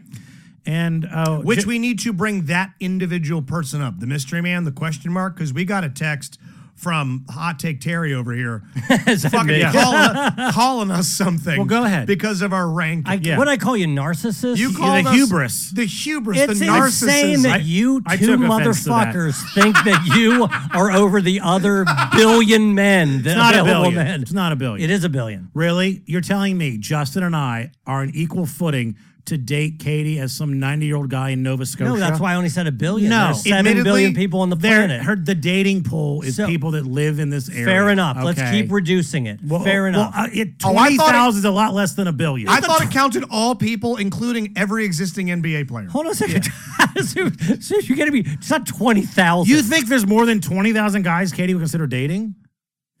Speaker 12: And uh,
Speaker 11: Which
Speaker 12: Jo-
Speaker 11: we need to bring that individual person up, the mystery man, the question mark, because we got a text from Hot Take Terry over here,
Speaker 9: me?
Speaker 11: fucking calling, calling us something.
Speaker 9: Well, go ahead.
Speaker 11: because of our ranking.
Speaker 9: I, What'd I call you, narcissist?
Speaker 11: You called
Speaker 9: the
Speaker 11: us
Speaker 9: hubris.
Speaker 11: The hubris.
Speaker 9: It's
Speaker 11: the
Speaker 9: insane
Speaker 11: narcissism.
Speaker 9: that you
Speaker 11: I
Speaker 9: two
Speaker 11: took offense to that.
Speaker 9: motherfuckers think that you are over the other billion men. The
Speaker 12: It's not a
Speaker 9: available
Speaker 12: billion.
Speaker 9: men.
Speaker 12: It's not a billion.
Speaker 9: It is a billion.
Speaker 12: Really? You're telling me Justin and I are on equal footing to date Katie as some 90 year old guy in Nova Scotia?
Speaker 9: No, that's why I only said a billion.
Speaker 12: No,
Speaker 9: There's seven billion people on the
Speaker 12: there-
Speaker 9: planet.
Speaker 12: Heard the dating pool is
Speaker 9: So-
Speaker 12: people that live in this area.
Speaker 9: Fair enough. Let's
Speaker 12: Okay.
Speaker 9: keep reducing it.
Speaker 12: Well,
Speaker 9: Fair
Speaker 12: well,
Speaker 9: enough.
Speaker 12: uh, it,
Speaker 11: Oh, I thought it-
Speaker 12: 20,000 is a lot less than a billion.
Speaker 11: I thought it counted all people, including every existing NBA player.
Speaker 9: Hold on a second. so, so you're gonna be it's not twenty thousand.
Speaker 12: You think there's more than 20,000 guys Katie would consider dating?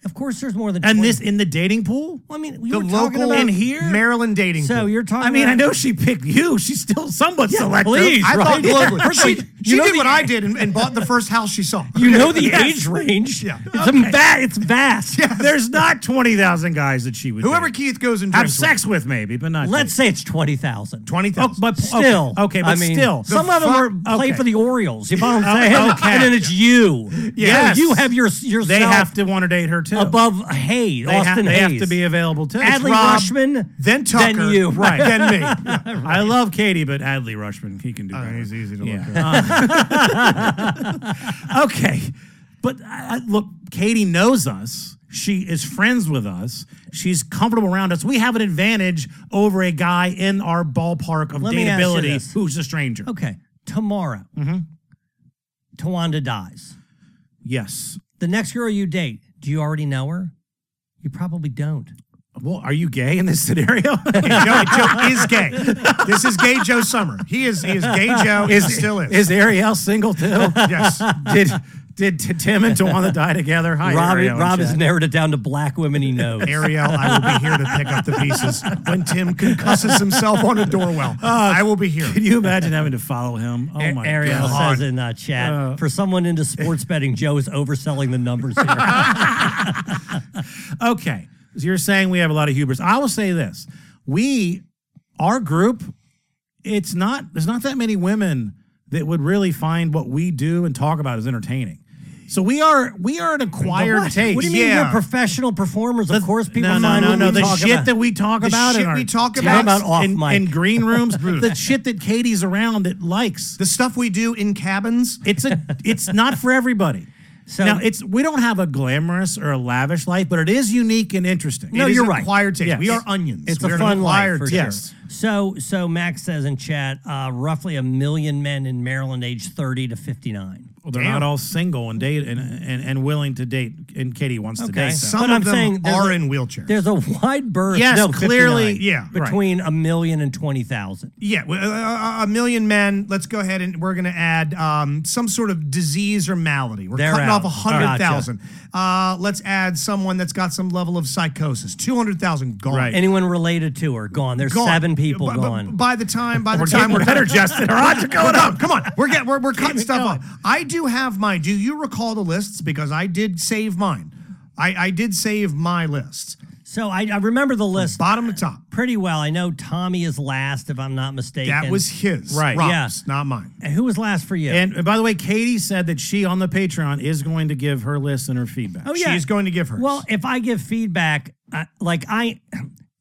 Speaker 9: Of course, there's more than.
Speaker 12: And
Speaker 9: 20.
Speaker 12: this in the dating pool?
Speaker 9: Well, I mean, we
Speaker 11: the
Speaker 9: were talking
Speaker 11: local
Speaker 9: about
Speaker 12: in here?
Speaker 11: Maryland dating.
Speaker 9: So
Speaker 11: pool.
Speaker 9: you're talking.
Speaker 12: I mean,
Speaker 9: about,
Speaker 12: I know she picked you. She's still somewhat selective.
Speaker 9: please,
Speaker 11: I thought
Speaker 9: right?
Speaker 11: globally.
Speaker 9: First of
Speaker 11: she
Speaker 9: all, you
Speaker 11: she
Speaker 9: know
Speaker 11: did
Speaker 9: the-
Speaker 11: what I did and, and bought the first house she saw.
Speaker 9: You know the
Speaker 12: Yes.
Speaker 9: age range.
Speaker 11: Yeah.
Speaker 9: It's, a va- it's vast.
Speaker 12: There's not 20,000 guys that she would
Speaker 11: Whoever
Speaker 12: date.
Speaker 11: Keith goes and
Speaker 12: have
Speaker 11: drinks with.
Speaker 12: sex with, maybe, but not
Speaker 9: Let's say it's twenty thousand.
Speaker 11: twenty
Speaker 12: Oh,
Speaker 11: thousand.
Speaker 12: but
Speaker 9: Still,
Speaker 12: okay, okay, but
Speaker 9: I mean,
Speaker 12: still,
Speaker 9: some of them
Speaker 11: fuck-
Speaker 9: are play
Speaker 12: okay.
Speaker 9: for the Orioles. You know what
Speaker 12: Oh,
Speaker 9: I'm saying?
Speaker 12: okay.
Speaker 9: And then it's you.
Speaker 12: Yes.
Speaker 9: No, you have your yourself
Speaker 12: they have to want to date her too.
Speaker 9: above Hay,
Speaker 12: they, ha-
Speaker 9: Austin
Speaker 12: they have
Speaker 9: Hayes.
Speaker 12: to be available too.
Speaker 9: Adley
Speaker 11: Rob,
Speaker 9: Rushman,
Speaker 11: then Tucker,
Speaker 9: then you,
Speaker 12: Right.
Speaker 11: then me. Yeah.
Speaker 12: I love Katie, but Adley Rushman, he can do
Speaker 11: Uh,
Speaker 12: better.
Speaker 11: he's easy to look
Speaker 12: Yeah. Uh, okay, but I, I- look, Katie knows us. She is friends with us. She's comfortable around us. We have an advantage over a guy in our ballpark of
Speaker 9: Let me ask you
Speaker 12: dateability
Speaker 9: this.
Speaker 12: who's a stranger.
Speaker 9: Okay, tomorrow, Tawanda dies.
Speaker 12: Yes.
Speaker 9: The next girl you date, do you already know her? You probably don't.
Speaker 12: Well, are you gay in this scenario?
Speaker 11: Joe, Joe is gay. This is gay Joe Summer. He is he is gay Joe. Is, he still is.
Speaker 12: Is Ariel single too?
Speaker 11: yes.
Speaker 12: did did T- Tim and Tawana die together? Hi,
Speaker 9: Rob,
Speaker 12: Ariel and
Speaker 9: Rob has
Speaker 12: Chad.
Speaker 9: narrowed it down to black women he knows.
Speaker 11: Ariel, I will be here to pick up the pieces. When Tim concusses himself on a door well, I will be here.
Speaker 12: Uh, Can you imagine having to follow him? Oh my
Speaker 9: Ariel
Speaker 12: god!
Speaker 9: says in uh, chat,
Speaker 12: Uh,
Speaker 9: for someone into sports betting, Joe is overselling the numbers here.
Speaker 12: okay, so you're saying we have a lot of hubris. I will say this: we, our group, it's not. There's not that many women that would really find what we do and talk about as entertaining. So we are we are an acquired
Speaker 9: What?
Speaker 12: taste.
Speaker 9: What do you mean?
Speaker 11: Yeah.
Speaker 9: We're professional performers. Of course, people
Speaker 12: no, no,
Speaker 9: find
Speaker 12: no,
Speaker 9: what
Speaker 12: no.
Speaker 9: we
Speaker 12: The
Speaker 9: talk
Speaker 12: shit
Speaker 9: about.
Speaker 12: that we talk
Speaker 11: The
Speaker 12: about, in
Speaker 11: shit
Speaker 12: our
Speaker 11: we talk
Speaker 12: texts
Speaker 11: about
Speaker 9: about off
Speaker 12: in,
Speaker 9: mic.
Speaker 12: in green rooms, the shit that Katie's around that likes.
Speaker 11: The stuff we do in cabins.
Speaker 12: It's a it's not for everybody.
Speaker 9: So-
Speaker 12: now it's we don't have a glamorous or a lavish life, but it is unique and interesting.
Speaker 9: No,
Speaker 11: it is
Speaker 9: you're
Speaker 11: an
Speaker 9: right.
Speaker 11: Acquired taste.
Speaker 12: Yes.
Speaker 11: We are onions.
Speaker 9: It's
Speaker 11: we are
Speaker 9: a
Speaker 11: an
Speaker 9: fun life
Speaker 11: acquired
Speaker 9: for
Speaker 11: taste.
Speaker 9: sure. So, so Max says in chat, uh, roughly a million men in Maryland, age thirty to fifty-nine.
Speaker 12: Well, they're
Speaker 11: Damn.
Speaker 12: not all single and date and, and, and willing to date. And Katie wants to
Speaker 9: Okay.
Speaker 12: date.
Speaker 9: So-
Speaker 12: So.
Speaker 11: Some
Speaker 9: But
Speaker 11: of
Speaker 9: I'm
Speaker 11: them
Speaker 9: saying there's
Speaker 11: are
Speaker 9: a-
Speaker 11: in wheelchairs.
Speaker 9: There's a wide berth.
Speaker 12: Yes,
Speaker 9: no,
Speaker 12: clearly,
Speaker 9: 59,
Speaker 11: yeah, right.
Speaker 9: between a million and twenty thousand.
Speaker 11: Yeah, w- a- a a million men. Let's go ahead and we're going to add um, some sort of disease or malady. We're
Speaker 9: They're
Speaker 11: cutting
Speaker 9: out.
Speaker 11: off a hundred thousand. Uh, let's add someone that's got some level of psychosis. Two hundred thousand gone.
Speaker 12: Right.
Speaker 9: Anyone related to her gone. There's
Speaker 11: Gone.
Speaker 9: seven people
Speaker 11: By- by-
Speaker 9: gone.
Speaker 11: By the time, by the
Speaker 12: We're
Speaker 11: time
Speaker 12: getting
Speaker 11: we're
Speaker 12: better, Justin. Our odds are going up. Come on.
Speaker 11: We're getting we're, we're cutting
Speaker 12: it
Speaker 11: stuff
Speaker 12: going.
Speaker 11: off. I do have my. Do you recall the lists? Because I did save mine. I, I did save my lists,
Speaker 9: so I, I remember the list
Speaker 11: bottom to top.
Speaker 9: pretty well. I know Tommy is last, if I'm not mistaken.
Speaker 11: That was his,
Speaker 12: Right,
Speaker 11: Rob's,
Speaker 9: yeah.
Speaker 11: not mine.
Speaker 9: And who was last for you?
Speaker 12: And, and by the way, Katie said that she on the Patreon is going to give her list and her feedback.
Speaker 9: Oh, yeah.
Speaker 11: She's going to give hers.
Speaker 9: Well, if I give feedback, I, like I,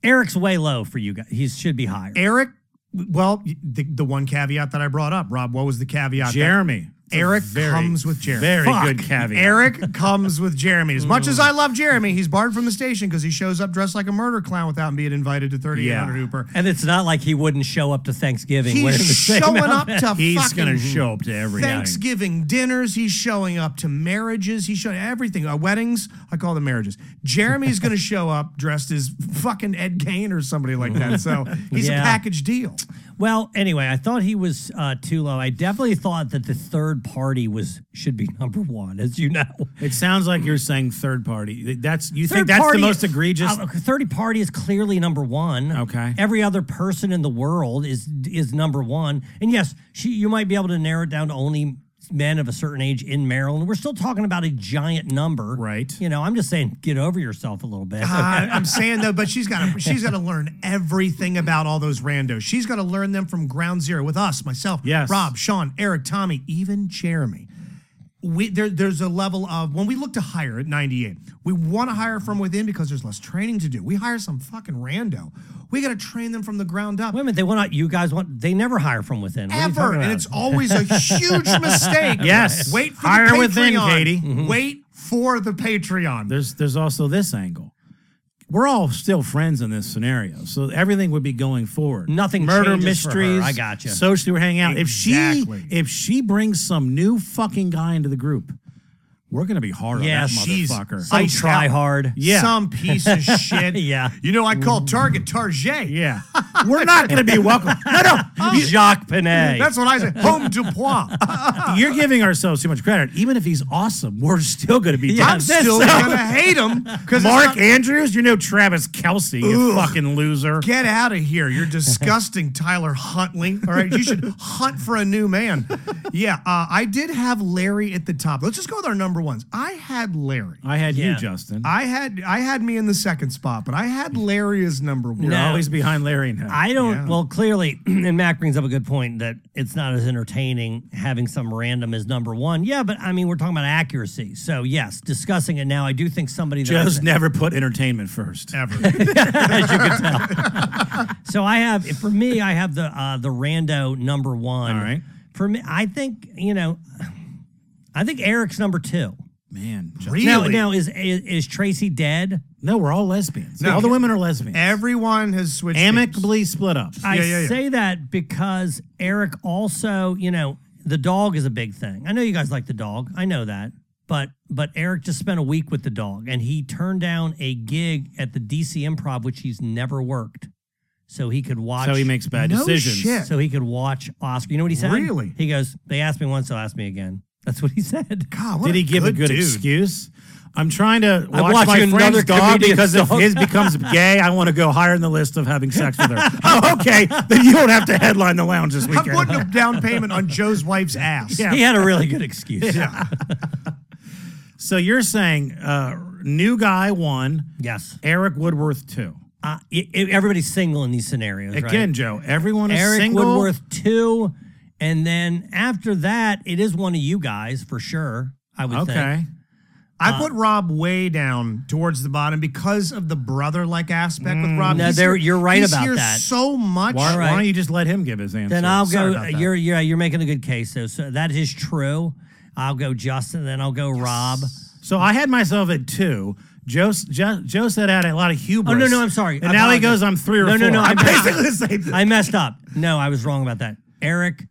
Speaker 9: Eric's way low for you guys. He should be higher.
Speaker 11: Eric, well, the, the one caveat that I brought up, Rob, what was the caveat? that-
Speaker 12: Jeremy.
Speaker 11: Eric
Speaker 12: very-
Speaker 11: comes with Jeremy.
Speaker 12: very
Speaker 11: Fuck.
Speaker 12: good caveat. Mm.
Speaker 11: Eric comes with Jeremy. As much as I love Jeremy, he's barred from the station because he shows up dressed like a murder clown without being invited to 3800 Hooper.
Speaker 9: And it's not like he wouldn't show up to Thanksgiving.
Speaker 11: He's
Speaker 9: when it's the same
Speaker 11: showing up
Speaker 9: outfit.
Speaker 11: to
Speaker 12: He's
Speaker 11: fucking
Speaker 12: gonna show up to everything.
Speaker 11: Thanksgiving dinners. He's showing up to marriages. He's showing everything. Uh, weddings. I call them marriages. Jeremy's going to show up dressed as fucking Ed Kane or somebody like that. So he's
Speaker 9: Yeah.
Speaker 11: a package deal.
Speaker 9: Well, anyway, I thought he was uh, too low. I definitely thought that the third party was should be number one, as you know.
Speaker 12: It sounds like you're saying third party. That's you think
Speaker 9: Third
Speaker 12: that's
Speaker 9: party-
Speaker 12: the most egregious.
Speaker 9: Uh, third party is clearly number one.
Speaker 12: Okay.
Speaker 9: Every other person in the world is is number one. And yes, she, you might be able to narrow it down to only men of a certain age in Maryland. We're still talking about a giant number, right? You know, I'm just saying, get over yourself a little bit.
Speaker 11: I- I'm saying though, but she's got to she's got to learn everything about all those randos. She's got to learn them from ground zero with us, myself,
Speaker 12: Yes.
Speaker 11: Rob, Sean, Eric, Tommy, even Jeremy. We there, there's a level of when we look to hire at 98, we want to hire from within because there's less training to do. We hire some fucking rando. We got to train them from the ground up.
Speaker 9: Women, they will not. You guys want? They never hire from within. What are you
Speaker 11: Ever.
Speaker 9: talking
Speaker 11: And
Speaker 9: about?
Speaker 11: it's always a huge mistake.
Speaker 12: Yes.
Speaker 11: Wait for the
Speaker 12: Hire
Speaker 11: Patreon.
Speaker 12: within, Katie. Mhm.
Speaker 11: Wait for the Patreon.
Speaker 12: There's there's also this angle. We're all still friends in this scenario, so everything would be going forward.
Speaker 9: Nothing
Speaker 12: murder
Speaker 9: changes for her.
Speaker 12: mysteries.
Speaker 9: I gotcha.
Speaker 12: Socially, we're hanging out.
Speaker 11: Exactly.
Speaker 12: If she if she brings some new fucking guy into the group, we're gonna be hard
Speaker 9: Yeah,
Speaker 12: on that
Speaker 11: she's-
Speaker 12: motherfucker.
Speaker 9: Some
Speaker 11: iced
Speaker 9: try
Speaker 11: out.
Speaker 9: hard.
Speaker 12: Yeah.
Speaker 11: Some piece of shit.
Speaker 9: Yeah.
Speaker 11: You know, I call Target Target.
Speaker 12: Yeah, we're not gonna be welcome. No, no, you-
Speaker 9: Jacques Panay.
Speaker 11: That's what I say. Home du pois.
Speaker 12: you're giving ourselves too much credit. Even if he's awesome, we're still gonna be.
Speaker 11: I'm still
Speaker 12: so-
Speaker 11: gonna hate him because
Speaker 12: Mark Andrews, you're no Travis Kelsey, you
Speaker 11: Ugh.
Speaker 12: fucking loser.
Speaker 11: Get out of here. You're disgusting, Tyler Huntley. All right. You should hunt for a new man. Yeah. Uh, I did have Larry at the top. Let's just go with our number ones. I had Larry.
Speaker 12: I had
Speaker 9: Yeah.
Speaker 12: you, Justin.
Speaker 11: I had I had me in the second spot, but I had Larry as number one.
Speaker 12: You're
Speaker 9: No.
Speaker 12: always behind Larry now.
Speaker 9: I don't.
Speaker 11: Yeah.
Speaker 9: Well, clearly, and Mac brings up a good point that it's not as entertaining having some random as number one. Yeah, but I mean, we're talking about accuracy. So yes, discussing it now, I do think somebody that
Speaker 12: Joe's never put entertainment first.
Speaker 11: Ever.
Speaker 9: So I have for me, I have the uh, the rando number one.
Speaker 12: All right.
Speaker 9: For me, I think you know, I think Eric's number two.
Speaker 12: Man, Joe.
Speaker 11: Really?
Speaker 9: Now, now is, is is Tracy dead?
Speaker 12: no, we're all lesbians.
Speaker 11: No.
Speaker 12: All the women are lesbians.
Speaker 11: Everyone has switched. teams.
Speaker 12: Amicably split up.
Speaker 9: I
Speaker 11: Yeah, yeah, yeah.
Speaker 9: say that because Eric also, you know, the dog is a big thing. I know you guys like the dog. I know that. But but Eric just spent a week with the dog and he turned down a gig at the DC Improv which he's never worked. So he could watch
Speaker 12: so he makes bad
Speaker 11: No
Speaker 12: decisions.
Speaker 11: shit.
Speaker 9: so he could watch Oscar. You know what he said?
Speaker 11: Really?
Speaker 9: He goes, "They asked me once, they'll ask me again." That's what he said.
Speaker 11: God, Ah, what
Speaker 12: Did he give a good
Speaker 11: dude.
Speaker 12: excuse? I'm trying to
Speaker 9: I'm
Speaker 12: watch my
Speaker 9: watching another
Speaker 12: friend's dog
Speaker 9: comedian's
Speaker 12: because if
Speaker 9: dog.
Speaker 12: his becomes gay, I want to go higher in the list of having sex with her. oh, okay. Then you don't have to headline the lounge this
Speaker 11: I'm
Speaker 12: weekend.
Speaker 11: putting a down payment on Joe's wife's ass.
Speaker 9: He had a really good excuse.
Speaker 11: Yeah.
Speaker 12: So you're saying uh, new guy one,
Speaker 9: Yes.
Speaker 12: Eric Woodworth two.
Speaker 9: Uh, i i- everybody's single in these scenarios, right?
Speaker 12: Again, Joe, everyone is
Speaker 9: Eric
Speaker 12: single.
Speaker 9: Woodworth two, and then after that, it is one of you guys for sure. I would
Speaker 12: Okay. Uh,
Speaker 9: think.
Speaker 11: I put Rob way down towards the bottom because of the brother like aspect with Rob.
Speaker 9: Mm. no,
Speaker 11: He's
Speaker 9: there-
Speaker 11: here-
Speaker 9: you're right
Speaker 11: he's
Speaker 9: about
Speaker 11: here
Speaker 9: that.
Speaker 11: So much.
Speaker 12: Why,
Speaker 9: All
Speaker 12: why
Speaker 9: right.
Speaker 12: don't you just let him give his answer? uh,
Speaker 9: Then I'll
Speaker 12: Sorry
Speaker 9: go.
Speaker 12: about that.
Speaker 9: You're you're you're making a good case though, so that is true. I'll go Justin, then I'll go Rob.
Speaker 12: So I had myself at two. Joe, Joe, Joe said I had a lot of hubris.
Speaker 9: Oh no no, I'm sorry.
Speaker 12: And
Speaker 9: I
Speaker 12: now he
Speaker 9: apologize.
Speaker 12: goes, I'm three or
Speaker 9: no,
Speaker 12: four.
Speaker 9: No no
Speaker 12: I'm
Speaker 9: I messed-
Speaker 12: basically the same thing.
Speaker 9: I messed up. No, I was wrong about that. Eric,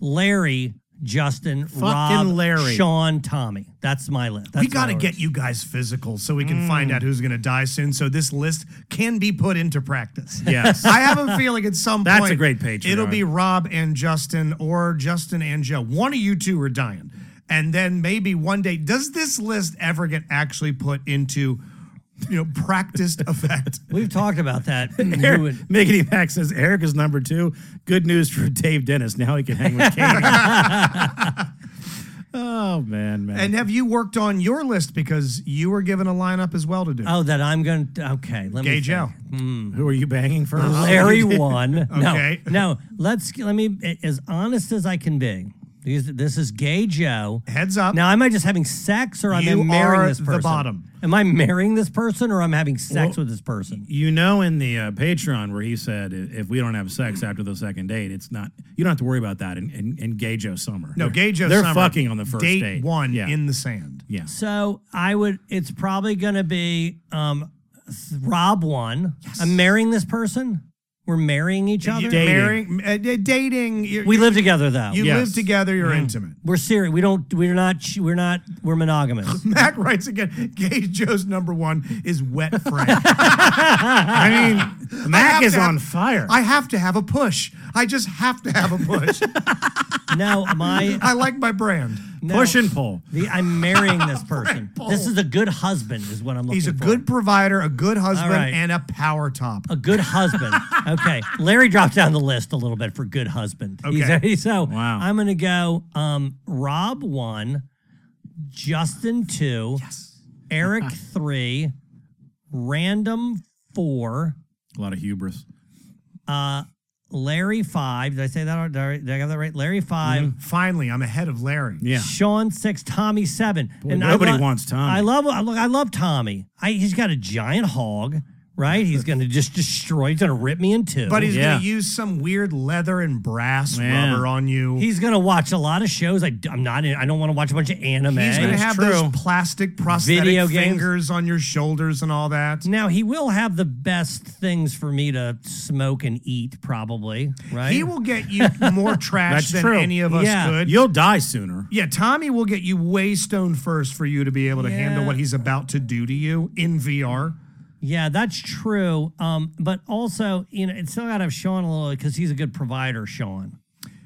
Speaker 9: Larry, Justin, Rob,
Speaker 12: Larry.
Speaker 9: Sean, Tommy. That's my list.
Speaker 11: we
Speaker 9: got to
Speaker 11: get you guys physical so we
Speaker 9: Mm.
Speaker 11: can find out who's going to die soon. So this list can be put into practice.
Speaker 12: Yes.
Speaker 11: I have a feeling at some
Speaker 12: That's a
Speaker 11: point.
Speaker 12: great Patreon.
Speaker 11: It'll be Rob and Justin or Justin and Joe. One of you two are dying. And then maybe one day, does this list ever get actually put into, you know, practiced effect?
Speaker 9: We've talked about that.
Speaker 12: Eric,
Speaker 9: Mm, Who would-
Speaker 12: Miggity Mac says Eric is number two. Good news for Dave Dennis. Now he can hang with Katie. oh man, man.
Speaker 11: And have you worked on your list because you were given a lineup as well to do?
Speaker 9: oh, that I'm going to. Okay, let
Speaker 11: Gay
Speaker 9: me. think.
Speaker 11: Joe.
Speaker 12: Who are you banging first?
Speaker 9: Mm. Larry won. No,
Speaker 11: Okay.
Speaker 9: no. Let's let me as honest as I can be. These, this is gay Joe.
Speaker 12: Heads up.
Speaker 9: Now, am I just having sex or am
Speaker 12: You
Speaker 9: I marrying
Speaker 12: are
Speaker 9: this
Speaker 12: the
Speaker 9: person?
Speaker 12: bottom.
Speaker 9: Am I marrying this person or am I having sex
Speaker 11: Well,
Speaker 9: with this person?
Speaker 11: You know, in the uh, Patreon where he said, "I- if we don't have sex after the second date, it's not. You don't have to worry about that in, in, in Gay Joe Summer.
Speaker 12: No, Gay Joe
Speaker 11: They're
Speaker 12: Summer,
Speaker 11: fucking on the first
Speaker 12: date
Speaker 11: date.
Speaker 12: one
Speaker 11: Yeah.
Speaker 12: in the sand.
Speaker 11: yeah.
Speaker 9: So I would, it's probably going to be um, Rob one. I'm marrying this person. We're marrying each other.
Speaker 12: You're marrying, uh, d- dating. You're,
Speaker 9: We live together though.
Speaker 12: You live together. You're
Speaker 11: Mm.
Speaker 12: intimate.
Speaker 9: We're serious. We don't. We're not. We're not. We're monogamous.
Speaker 12: Mac writes again. Gay Joe's number one is wet Frank.
Speaker 11: I mean,
Speaker 12: I have
Speaker 11: Mac is
Speaker 12: to have-
Speaker 11: on fire.
Speaker 12: I have to have a push. I just have to have a push.
Speaker 9: no, my
Speaker 12: I like my brand.
Speaker 9: uh, no,
Speaker 11: Push and pull.
Speaker 9: The, I'm marrying this person. this is a good husband, is what I'm looking
Speaker 12: He's a
Speaker 9: for.
Speaker 12: good provider, a good husband,
Speaker 9: right.
Speaker 12: and a power top.
Speaker 9: a good husband. okay, Larry dropped down the list a little bit for good husband. He's-
Speaker 12: Okay.
Speaker 9: so
Speaker 11: Wow.
Speaker 9: I'm gonna go. Um, Rob one, Justin two, Eric three, random four,
Speaker 11: A lot of hubris.
Speaker 9: uh, Larry five. Did I say that? Did I, did I have that right? Larry 5
Speaker 11: Mm-hmm.
Speaker 12: Finally, I'm ahead of Larry.
Speaker 11: Yeah.
Speaker 9: Sean six, Tommy seven.
Speaker 11: nobody
Speaker 9: I
Speaker 11: wants Tommy.
Speaker 9: I love I look. I love Tommy. I, he's got a giant hog, right? He's going to just destroy. He's going to rip me in two.
Speaker 12: But he's
Speaker 11: Yeah.
Speaker 12: gonna use some weird leather and brass
Speaker 11: Yeah.
Speaker 12: rubber on you.
Speaker 9: he's going to watch a lot of shows. I, am not. In, I don't want to watch a bunch of anime.
Speaker 12: He's gonna have
Speaker 11: true.
Speaker 12: those plastic prosthetic
Speaker 9: Video games.
Speaker 12: fingers on your shoulders and all that.
Speaker 9: now he will have the best things for me to smoke and eat, probably. Right?
Speaker 12: He will get you more trash
Speaker 11: That's
Speaker 12: than
Speaker 11: true.
Speaker 12: any of us
Speaker 9: Yeah.
Speaker 12: could.
Speaker 11: You'll die sooner.
Speaker 12: yeah, Tommy will get you way stone first for you to be able to handle
Speaker 9: Yeah.
Speaker 12: what he's about to do to you in VR.
Speaker 9: Yeah, that's true. Um, but also, you know, it's still got to have Sean a little because he's a good provider. Sean.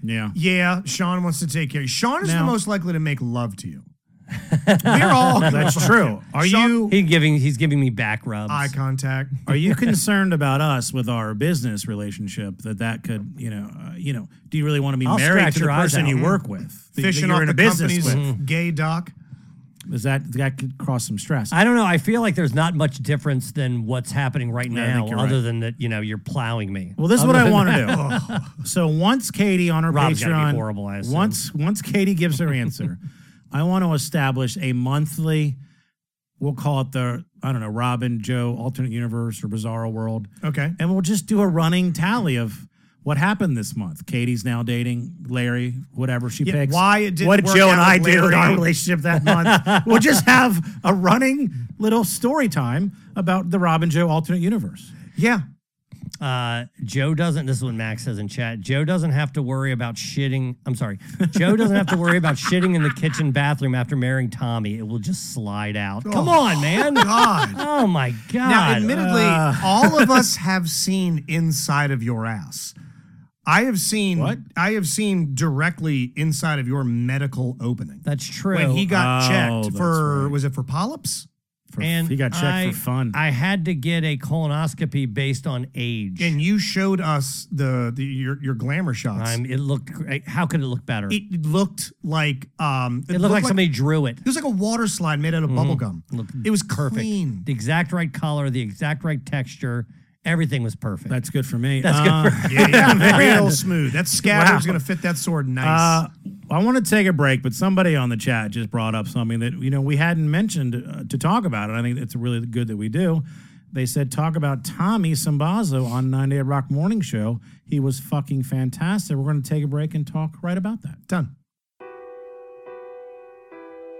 Speaker 11: Yeah.
Speaker 12: Yeah, Sean wants to take care of you. Sean is the
Speaker 11: Now-
Speaker 12: most likely to make love to you. We're all
Speaker 11: That's true. Are
Speaker 12: Sean-
Speaker 11: you
Speaker 9: He's giving. He's giving me back rubs.
Speaker 12: eye contact.
Speaker 11: Are you concerned about us with our business relationship that that could, you know, uh, you know, do you really want to be
Speaker 9: I'll
Speaker 11: married
Speaker 9: scratch
Speaker 11: to the
Speaker 9: your eyes
Speaker 11: person
Speaker 9: out.
Speaker 11: you work with? that- that
Speaker 12: Fishing
Speaker 11: you're
Speaker 12: off
Speaker 11: in
Speaker 12: the
Speaker 11: a business
Speaker 12: company's
Speaker 11: with?
Speaker 12: gay doc.
Speaker 11: Is that that could cause some stress?
Speaker 9: I don't know. I feel like there's not much difference than what's happening right
Speaker 11: Yeah, I
Speaker 9: now,
Speaker 11: think you're
Speaker 9: other
Speaker 11: right.
Speaker 9: than that, you know, you're plowing me.
Speaker 11: well, this is
Speaker 9: Other
Speaker 11: what I
Speaker 9: than
Speaker 11: want
Speaker 9: that-
Speaker 11: to do. so once Katie on her
Speaker 9: Rob's gotta be
Speaker 11: Patreon,
Speaker 9: horrible, I assume.
Speaker 11: once once Katie gives her answer, I want to establish a monthly. We'll call it the I don't know Robin Joe alternate universe or Bizarro world.
Speaker 12: Okay.
Speaker 11: and we'll just do a running tally of what happened this month. Katie's now dating Larry, whatever she
Speaker 12: Yeah,
Speaker 11: picks.
Speaker 12: why it didn't
Speaker 11: what
Speaker 12: work
Speaker 11: Joe
Speaker 12: out
Speaker 11: and I
Speaker 12: with
Speaker 11: did in our
Speaker 12: Larry.
Speaker 11: relationship that month. we'll just have a running little story time about the Robin Joe alternate universe.
Speaker 12: Yeah.
Speaker 9: Uh, Joe doesn't. This is what Max says in chat. Joe doesn't have to worry about shitting. I'm sorry. Joe doesn't have to worry about shitting in the kitchen bathroom after marrying Tommy. It will just slide out. Come
Speaker 12: Oh,
Speaker 9: on, man.
Speaker 12: God.
Speaker 9: Oh my God. Uh,
Speaker 12: Now, admittedly,
Speaker 11: Uh.
Speaker 12: all of us have seen inside of your ass. I have seen
Speaker 11: What?
Speaker 12: I have seen directly inside of your medical opening.
Speaker 9: that's true.
Speaker 12: When he got
Speaker 11: Oh,
Speaker 12: checked
Speaker 11: that's
Speaker 12: for
Speaker 11: right.
Speaker 12: was it for polyps?
Speaker 11: For,
Speaker 9: and
Speaker 11: he got checked
Speaker 9: I-
Speaker 11: for fun.
Speaker 9: I had to get a colonoscopy based on age.
Speaker 12: And you showed us the, the your your glamour shots.
Speaker 9: I'm, it looked. great. How could it look better? It,
Speaker 12: it looked like um
Speaker 9: looked, like, somebody drew it.
Speaker 12: It was like a water slide made out of bubble gum.
Speaker 9: Looked
Speaker 12: It was
Speaker 9: perfect.
Speaker 12: clean.
Speaker 9: The exact right color, the exact right texture, everything was perfect.
Speaker 11: That's good for me.
Speaker 9: That's good
Speaker 11: Uh,
Speaker 9: for-
Speaker 12: Yeah, yeah,
Speaker 11: Man.
Speaker 12: real smooth. That scabbard's
Speaker 11: Wow.
Speaker 12: gonna fit that sword nice.
Speaker 11: Uh, I want to take a break, but somebody on the chat just brought up something that you know we hadn't mentioned uh, to talk about, and I think it's really good that we do. They said talk about Tommy Sambazo on 98 Rock Morning Show. He was fucking fantastic. We're going to take a break and talk right about that.
Speaker 12: Done.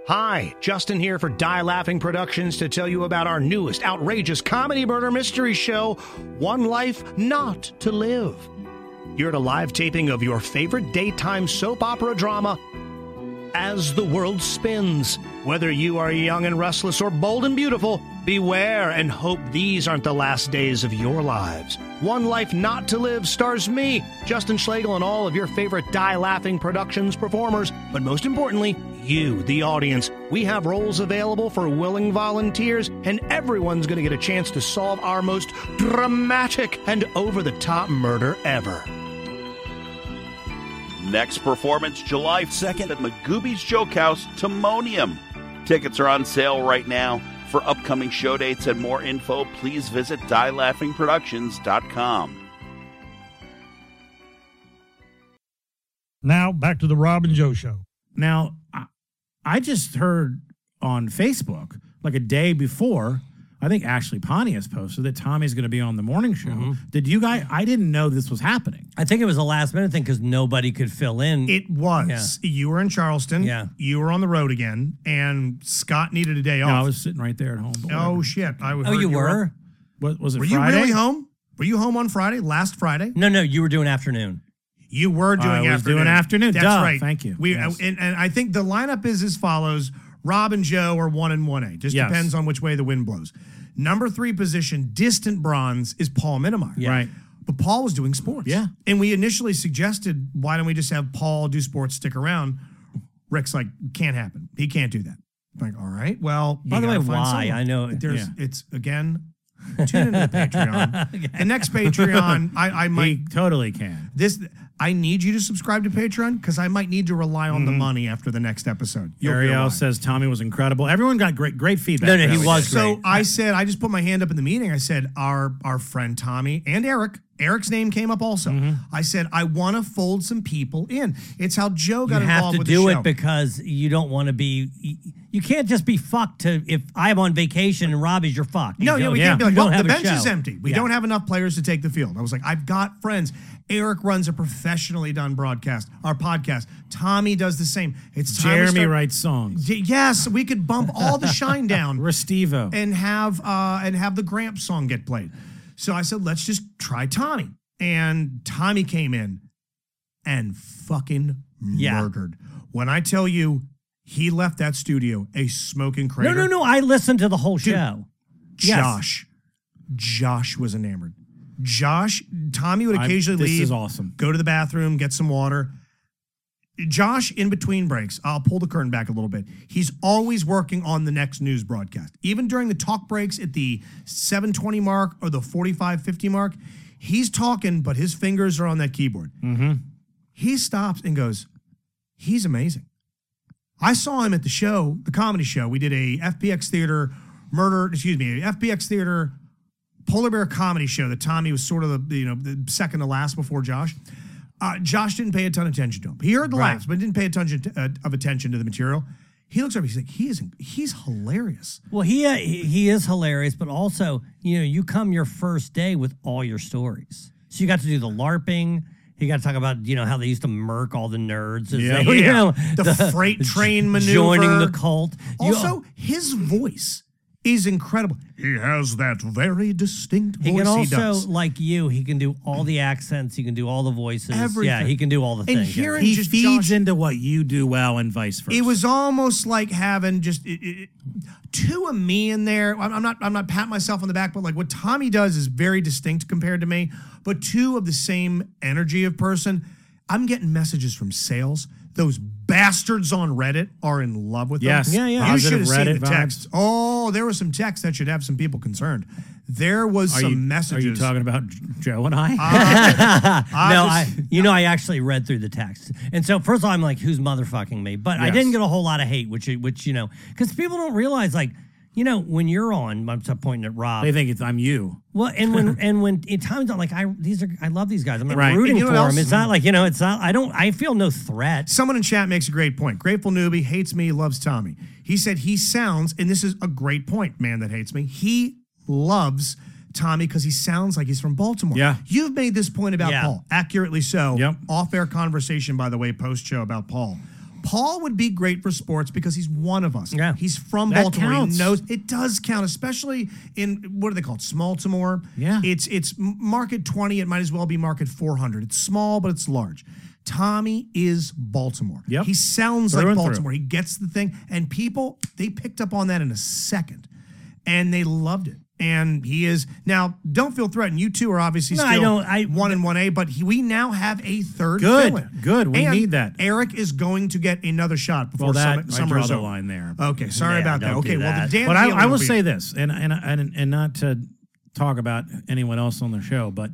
Speaker 14: Hi, Justin here for Die Laughing Productions to tell you about our newest outrageous comedy murder mystery show, One Life Not to Live. You're at a live taping of your favorite daytime soap opera drama as the world spins. Whether you are young and restless or bold and beautiful, beware and hope these aren't the last days of your lives. One Life Not to Live stars me, Justin Schlegel, and all of your favorite Die Laughing Productions performers, but most importantly, you, the audience. We have roles available for willing volunteers, and everyone's going to get a chance to solve our most dramatic and over the top murder ever.
Speaker 3: Next performance July 2nd at Magooby's Joke House, Timonium. Tickets are on sale right now. For upcoming show dates and more info, please visit dielaughingproductions.com.
Speaker 15: Now back to the Rob and Joe show.
Speaker 11: Now, I, I just heard on Facebook like a day before. I think Ashley Pontius posted that Tommy's going to be on the morning show.
Speaker 15: Mm-hmm.
Speaker 11: Did you guys? I didn't know this was happening.
Speaker 9: I think it was a last minute thing because nobody could fill in.
Speaker 12: It was. You were in Charleston. Yeah. You were on the road again, and Scott needed a day
Speaker 11: No, I
Speaker 12: off.
Speaker 11: was sitting right there at home. but
Speaker 12: Oh
Speaker 11: whatever.
Speaker 12: shit! I
Speaker 11: Oh,
Speaker 12: heard
Speaker 11: you were?
Speaker 12: on-
Speaker 11: What was it?
Speaker 12: Were
Speaker 11: Friday?
Speaker 12: you really home? Were you home on Friday? Last Friday?
Speaker 9: No, no, you were doing afternoon.
Speaker 12: You were doing
Speaker 11: I was
Speaker 12: afternoon.
Speaker 11: doing afternoon.
Speaker 12: That's
Speaker 11: Duh,
Speaker 12: right.
Speaker 11: thank you.
Speaker 12: We uh,
Speaker 11: Yes.
Speaker 12: and, and I think the lineup is as follows: Rob and Joe are one and one A. Just
Speaker 11: Yes.
Speaker 12: depends on which way the wind blows. Number three position, distant bronze, is Paul Mittermeier.
Speaker 11: Right.
Speaker 12: But Paul was doing sports. Yeah. And we initially suggested, why don't we just have Paul do sports, stick around? Rick's like, can't happen. He can't do that. I'm like, all right. Well,
Speaker 9: By
Speaker 12: you
Speaker 9: the way,
Speaker 12: gotta find
Speaker 9: why?
Speaker 12: someone.
Speaker 9: I know-
Speaker 12: there's
Speaker 9: yeah.
Speaker 12: it's again. Tune into the Patreon. The next Patreon, I, I might
Speaker 11: He totally can.
Speaker 12: this I need you to subscribe to Patreon because I might need to rely on the money after the next episode. You'll hear
Speaker 11: Mm-hmm. Ariel
Speaker 12: why.
Speaker 11: says Tommy was incredible. Everyone got great, great feedback.
Speaker 12: Yeah,
Speaker 11: for that
Speaker 12: we
Speaker 11: we
Speaker 12: did.
Speaker 11: did.
Speaker 12: So I said, I just put my hand up in the meeting. I said, our our friend Tommy and Eric, Eric's name came up also.
Speaker 11: Mm-hmm.
Speaker 12: I said, I want to fold some people in. It's how Joe got
Speaker 9: you
Speaker 12: involved
Speaker 9: have to
Speaker 12: with
Speaker 9: do
Speaker 12: the
Speaker 9: it
Speaker 12: show.
Speaker 9: because you don't want to be. You, you can't just be fucked to if I'm on vacation and Robbie's you're fucked.
Speaker 12: no,
Speaker 9: You
Speaker 12: yeah,
Speaker 9: don't-
Speaker 12: we can't be
Speaker 9: you
Speaker 12: like,
Speaker 9: don't
Speaker 12: well, the
Speaker 9: have a
Speaker 12: bench
Speaker 9: show.
Speaker 12: is empty. We
Speaker 9: Yeah.
Speaker 12: don't have enough players to take the field. I was like, I've got friends. Eric runs a professionally done broadcast, our podcast. Tommy does the same. It's time we
Speaker 11: Jeremy
Speaker 12: start-
Speaker 11: writes songs.
Speaker 12: Y- yes, we could bump all the shine down.
Speaker 11: Restivo.
Speaker 12: and have uh, and have the Gramp song get played. So I said, let's just try Tommy. And Tommy came in and fucking murdered. When I tell you, he left that studio a smoking crater.
Speaker 9: No, no, no. I listened to the whole
Speaker 12: Dude,
Speaker 9: show. Yes.
Speaker 12: Josh, Josh was enamored. Josh, Tommy would
Speaker 11: I'm-
Speaker 12: occasionally
Speaker 11: this
Speaker 12: leave.
Speaker 11: is awesome.
Speaker 12: Go to the bathroom, get some water. Josh, in between breaks, I'll pull the curtain back a little bit. He's always working on the next news broadcast. Even during the talk breaks at the 720 mark or the 4550 mark, he's talking, but his fingers are on that keyboard.
Speaker 11: Mm-hmm.
Speaker 12: He stops and goes, He's amazing. I saw him at the show, the comedy show. We did a FPX Theater murder, excuse me, a FPX Theater polar bear comedy show that Tommy was sort of the you know the second to last before Josh. Uh, Josh didn't pay a ton of attention to him. He heard the
Speaker 11: Right.
Speaker 12: laughs, but didn't pay a ton of- uh, of attention to the material. He looks over. He's like, he is he's hilarious.
Speaker 9: Well, he, uh, he he is hilarious, but also you know you come your first day with all your stories. So you got to do the LARPing. You got to talk about you know how they used to murk all the nerds. as
Speaker 12: Yeah. oh,
Speaker 9: they- you
Speaker 12: Yeah.
Speaker 9: know,
Speaker 12: The freight train
Speaker 9: joining the
Speaker 12: maneuver.
Speaker 9: cult. You-
Speaker 12: Also, his voice is incredible. He has that very distinct voice.
Speaker 9: He can
Speaker 12: he
Speaker 9: also,
Speaker 12: does.
Speaker 9: like you, he can do all the accents. He can do all the voices. Yeah,
Speaker 12: Everything.
Speaker 9: he can do all the
Speaker 12: And
Speaker 9: things. yeah.
Speaker 12: hearing
Speaker 11: He
Speaker 12: just
Speaker 11: feeds
Speaker 12: Josh-
Speaker 11: into what you do well and vice versa.
Speaker 12: It was almost like having just it, it, two of me in there. I'm, I'm not I'm not patting myself on the back, but like what Tommy does is very distinct compared to me. But two of the same energy of person. I'm getting messages from sales. Those bastards on Reddit are in love with
Speaker 11: Yes. Yeah,
Speaker 12: them.
Speaker 11: yeah.
Speaker 12: You
Speaker 11: Positive
Speaker 12: should have seen
Speaker 11: Reddit
Speaker 12: the
Speaker 11: vibes.
Speaker 12: texts. Oh, there were some texts that should have some people concerned. There was
Speaker 11: Are
Speaker 12: some
Speaker 11: you-
Speaker 12: messages.
Speaker 11: Are you talking about J- Joe and I?
Speaker 12: I
Speaker 9: no,
Speaker 12: just-
Speaker 9: I you know I actually read through the text, and so first of all I'm like, who's motherfucking me? But I
Speaker 11: Yes.
Speaker 9: didn't get a whole lot of hate, which which you know, because people don't realize like you know when you're on, I'm just pointing at Rob.
Speaker 11: they think it's I'm you.
Speaker 9: well, and when and when it times out, like I these are I love these guys. I'm not
Speaker 11: Right.
Speaker 9: rooting
Speaker 11: And you know
Speaker 9: for
Speaker 11: what else?
Speaker 9: them. It's not like you know, it's not. I don't. I feel no threat.
Speaker 12: Someone in chat makes a great point. Grateful newbie hates me, loves Tommy. He said he sounds, and this is a great point, man that hates me. He loves Tommy because he sounds like he's from Baltimore.
Speaker 11: Yeah.
Speaker 12: You've made this point about
Speaker 11: Yeah.
Speaker 12: Paul, accurately so. Yep. Off air conversation, by the way, post show about Paul. Paul would be great for sports because he's one of us. Yeah. He's from
Speaker 11: That
Speaker 12: Baltimore. He
Speaker 11: counts.
Speaker 12: knows it does count, especially in what are they called? Smalltimore. Yeah. It's it's m- market 20. It might as well be market 400. It's small, but it's large. Tommy is Baltimore. Yeah, He sounds
Speaker 11: Through
Speaker 12: like
Speaker 11: and through.
Speaker 12: Baltimore. He gets the thing. And people, they picked up on that in a second. And they loved it. And he is now. Don't feel threatened. You two are obviously
Speaker 9: No,
Speaker 12: still
Speaker 9: I don't-
Speaker 12: one and one A, but he, we now have a third.
Speaker 11: Good,
Speaker 12: fill-in.
Speaker 11: good. We
Speaker 12: And
Speaker 11: need that.
Speaker 12: Eric is going to get another shot before
Speaker 11: Well, that
Speaker 12: summer,
Speaker 11: I
Speaker 12: summer
Speaker 11: draw
Speaker 12: is
Speaker 11: the
Speaker 12: over.
Speaker 11: line there. Mm-hmm.
Speaker 12: Okay, sorry
Speaker 11: Yeah,
Speaker 12: about that.
Speaker 11: don't do
Speaker 12: Okay, well the damn
Speaker 11: but
Speaker 12: deal
Speaker 11: I, I will
Speaker 12: be-
Speaker 11: say this, and and and and not to talk about anyone else on the show, but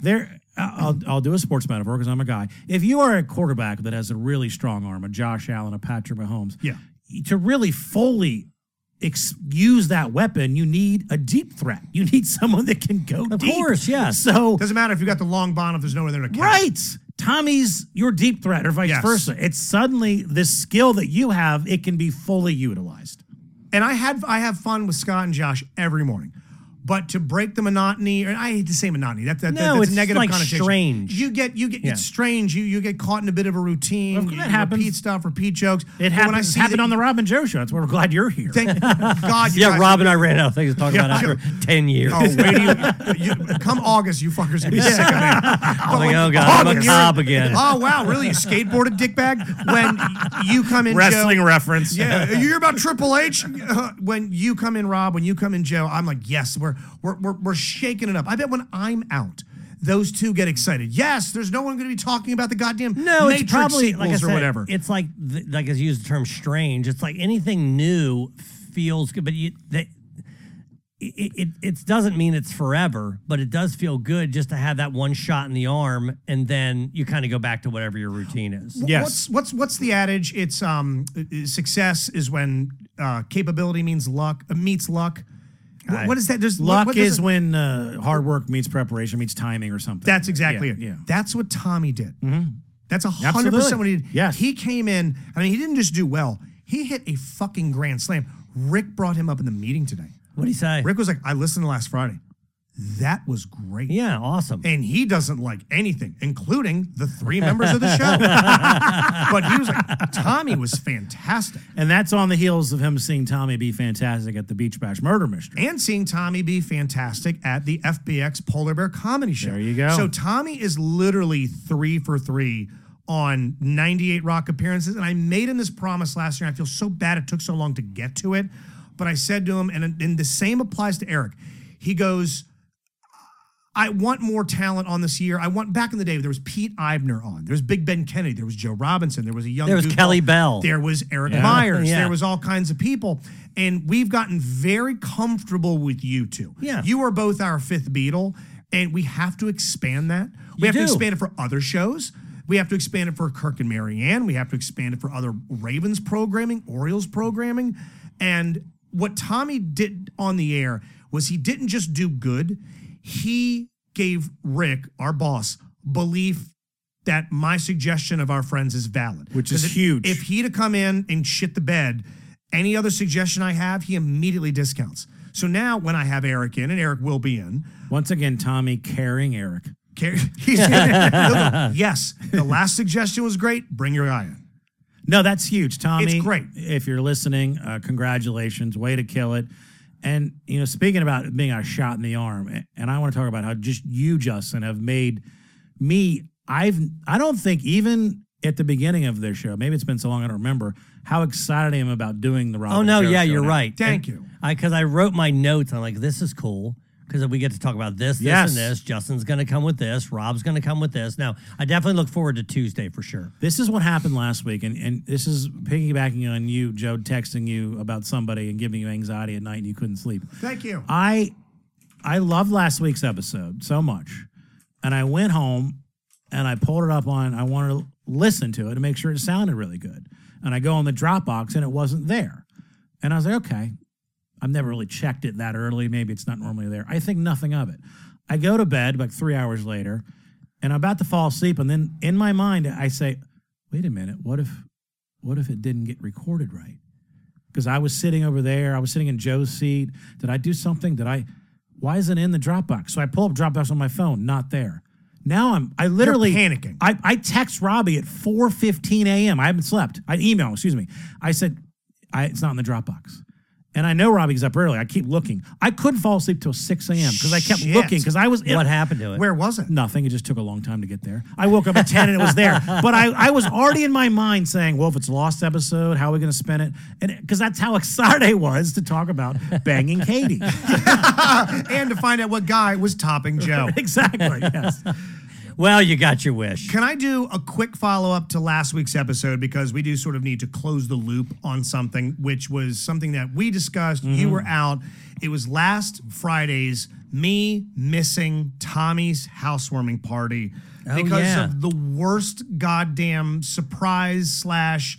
Speaker 11: there. I'll, I'll do a sports metaphor because I'm a guy. If you are a quarterback that has a really strong arm, a Josh Allen, a Patrick Mahomes,
Speaker 12: Yeah.
Speaker 11: to really fully ex- use that weapon, you need a deep threat. You need someone that can go
Speaker 9: Of
Speaker 11: deep.
Speaker 9: course, yes.
Speaker 11: So
Speaker 12: Doesn't matter if you got the long bond if there's nowhere there to catch.
Speaker 11: Right.
Speaker 9: Tommy's your deep threat or vice
Speaker 12: Yes.
Speaker 9: versa. It's suddenly this skill that you have, it can be fully utilized.
Speaker 12: And I had I have fun with Scott and Josh every morning. But to break the monotony, and I hate to say monotony. That, that,
Speaker 9: No,
Speaker 12: that- that's
Speaker 9: it's
Speaker 12: a negative
Speaker 9: like
Speaker 12: connotation.
Speaker 9: strange.
Speaker 12: You get you get
Speaker 9: Yeah.
Speaker 12: it's strange. You you get caught in a bit of a routine.
Speaker 9: Of course,
Speaker 12: you
Speaker 9: that happens.
Speaker 12: Repeat stuff, repeat jokes.
Speaker 9: It
Speaker 12: But when I
Speaker 9: happens-
Speaker 12: see
Speaker 9: happened
Speaker 12: that-
Speaker 9: on the Robin Joe show. That's why we're glad you're here.
Speaker 12: Thank God. you
Speaker 16: yeah,
Speaker 12: guys-
Speaker 16: Rob and I ran out of things to talk
Speaker 12: Yeah.
Speaker 16: about after 10 years.
Speaker 12: Oh, wait till you, you- come August, you fuckers gonna be sick of me.
Speaker 16: I'm like,
Speaker 12: When-
Speaker 16: oh, God, I'm a
Speaker 12: August.
Speaker 16: cop again.
Speaker 12: Oh wow, really? You skateboarded dickbag? When you come in,
Speaker 9: Wrestling
Speaker 12: Joe,
Speaker 9: reference.
Speaker 12: Yeah, you're about Triple H. Uh, When you come in, Rob. When you come in, Joe. I'm like, yes, we're we're we're, we're shaking it up. I bet when I'm out. Those two get excited. Yes, there's no one going to be talking about the goddamn
Speaker 16: No,
Speaker 12: Matrix
Speaker 16: it's probably
Speaker 12: sequels
Speaker 16: like I
Speaker 12: or
Speaker 16: said,
Speaker 12: whatever.
Speaker 16: It's like th- like I used the term strange. It's like anything new feels good, but you that it, it it doesn't mean it's forever, but it does feel good just to have that one shot in the arm, and then you kind of go back to whatever your routine is.
Speaker 12: Wh- What's what's what's the adage? It's um i- i- success is when uh, capability means luck uh, meets luck. Wh- what is that? There's what-
Speaker 9: luck
Speaker 12: what does
Speaker 9: is
Speaker 12: it-
Speaker 9: when uh, hard work meets preparation meets timing or something.
Speaker 12: That's exactly
Speaker 9: Yeah,
Speaker 12: it.
Speaker 9: Yeah.
Speaker 12: That's what Tommy did. That's a hundred
Speaker 9: Absolutely.
Speaker 12: percent what he did. Yes. He came in. I mean, he didn't just do well. He hit a fucking grand slam. Rick brought him up in the meeting today.
Speaker 16: What do you say?
Speaker 12: Rick was like, "I listened to last Friday. That was great."
Speaker 16: Yeah, awesome.
Speaker 12: And he doesn't like anything, including the three members of the show. but he was like, "Tommy was fantastic."
Speaker 9: And that's on the heels of him seeing Tommy be fantastic at the Beach Bash Murder Mystery.
Speaker 12: and seeing Tommy be fantastic at the FBX Polar Bear Comedy Show. There you
Speaker 9: go.
Speaker 12: So Tommy is literally three for three on 98 Rock appearances. And I made him this promise last year. and I feel so bad it took so long to get to it. But I said to him, and, and the same applies to Eric. He goes, I want more talent on this year. I want back in the day there was Pete Eibner on, there was Big Ben Kennedy, there was Joe Robinson, there was a young
Speaker 16: There was
Speaker 12: goofball.
Speaker 16: Kelly Bell.
Speaker 12: there was Eric
Speaker 16: Yeah.
Speaker 12: Myers,
Speaker 16: Yeah.
Speaker 12: there was all kinds of people, and we've gotten very comfortable with you two.
Speaker 16: Yeah.
Speaker 12: you are both our fifth Beatle, and we have to expand that. We
Speaker 16: You
Speaker 12: have to
Speaker 16: do.
Speaker 12: expand it for other shows. We have to expand it for Kirk and Marianne. We have to expand it for other Ravens programming, Orioles programming, and what Tommy did on the air was he didn't just do good he gave Rick, our boss, belief that my suggestion of our friends is valid,
Speaker 9: Which is
Speaker 12: 'Cause if-
Speaker 9: huge.
Speaker 12: If he'd have come in and shit the bed, any other suggestion I have, he immediately discounts. So now, when I have Eric in, and Eric will be in,
Speaker 9: Once again, Tommy carrying Eric.
Speaker 12: Car- he's in. yes, the last suggestion was great. Bring your guy in.
Speaker 9: No, that's huge, Tommy.
Speaker 12: It's great.
Speaker 9: If you're listening, uh, congratulations. Way to kill it. And, you know, speaking about it being a shot in the arm, a- and I want to talk about how just you, Justin, have made me. I've, I don't think even at the beginning of this show, maybe it's been so long I don't remember how excited I am about doing the Robin.
Speaker 16: Oh no,
Speaker 9: Joe
Speaker 16: yeah,
Speaker 9: Show
Speaker 16: you're
Speaker 9: now.
Speaker 16: right.
Speaker 12: Thank
Speaker 16: And
Speaker 12: you.
Speaker 16: I because I wrote my notes. I'm like, this is cool because we get to talk about this, this,
Speaker 9: Yes.
Speaker 16: and this. Justin's going to come with this. Rob's going to come with this. Now, I definitely look forward to Tuesday for sure.
Speaker 9: This is what happened last week, and, and this is piggybacking on you, Joe, texting you about somebody and giving you anxiety at night and you couldn't sleep.
Speaker 12: Thank you.
Speaker 9: I I loved last week's episode so much. And I went home and I pulled it up on I wanted to listen to it to make sure it sounded really good. And I go on the Dropbox and it wasn't there. And I was like, okay. I've never really checked it that early. Maybe it's not normally there. I think nothing of it. I go to bed like three hours later and I'm about to fall asleep. And then in my mind, I say, wait a minute, what if what if it didn't get recorded right? because I was sitting over there. I was sitting in Joe's seat. Did I do something? Did I? Why isn't it in the Dropbox? So I pull up Dropbox on my phone. Not there. Now I'm. I literally
Speaker 12: panicking.
Speaker 9: I, I text Robbie at 4:15 a.m. I haven't slept. I email. Excuse me. I said, I, it's not in the Dropbox. And I know Robbie's up early. I keep looking. I couldn't fall asleep till 6 a.m. because I kept
Speaker 12: Shit.
Speaker 9: looking because I was.
Speaker 16: What happened to it?
Speaker 12: Where was it?
Speaker 9: Nothing. It just took a long time to get there. I woke up at 10 and it was there. But I, I was already in my mind saying, well, if it's a lost episode, how are we going to spin it? And because that's how excited I was to talk about banging Katie.
Speaker 12: and to find out what guy was topping Joe.
Speaker 9: exactly. Yes.
Speaker 16: Well, you got your wish.
Speaker 12: Can I do a quick follow up to last week's episode because we do sort of need to close the loop on something, which was something that we discussed.
Speaker 11: Mm-hmm.
Speaker 12: You were out. It was last Friday's me missing Tommy's housewarming party
Speaker 16: Oh,
Speaker 12: because
Speaker 16: yeah.
Speaker 12: of the worst goddamn surprise slash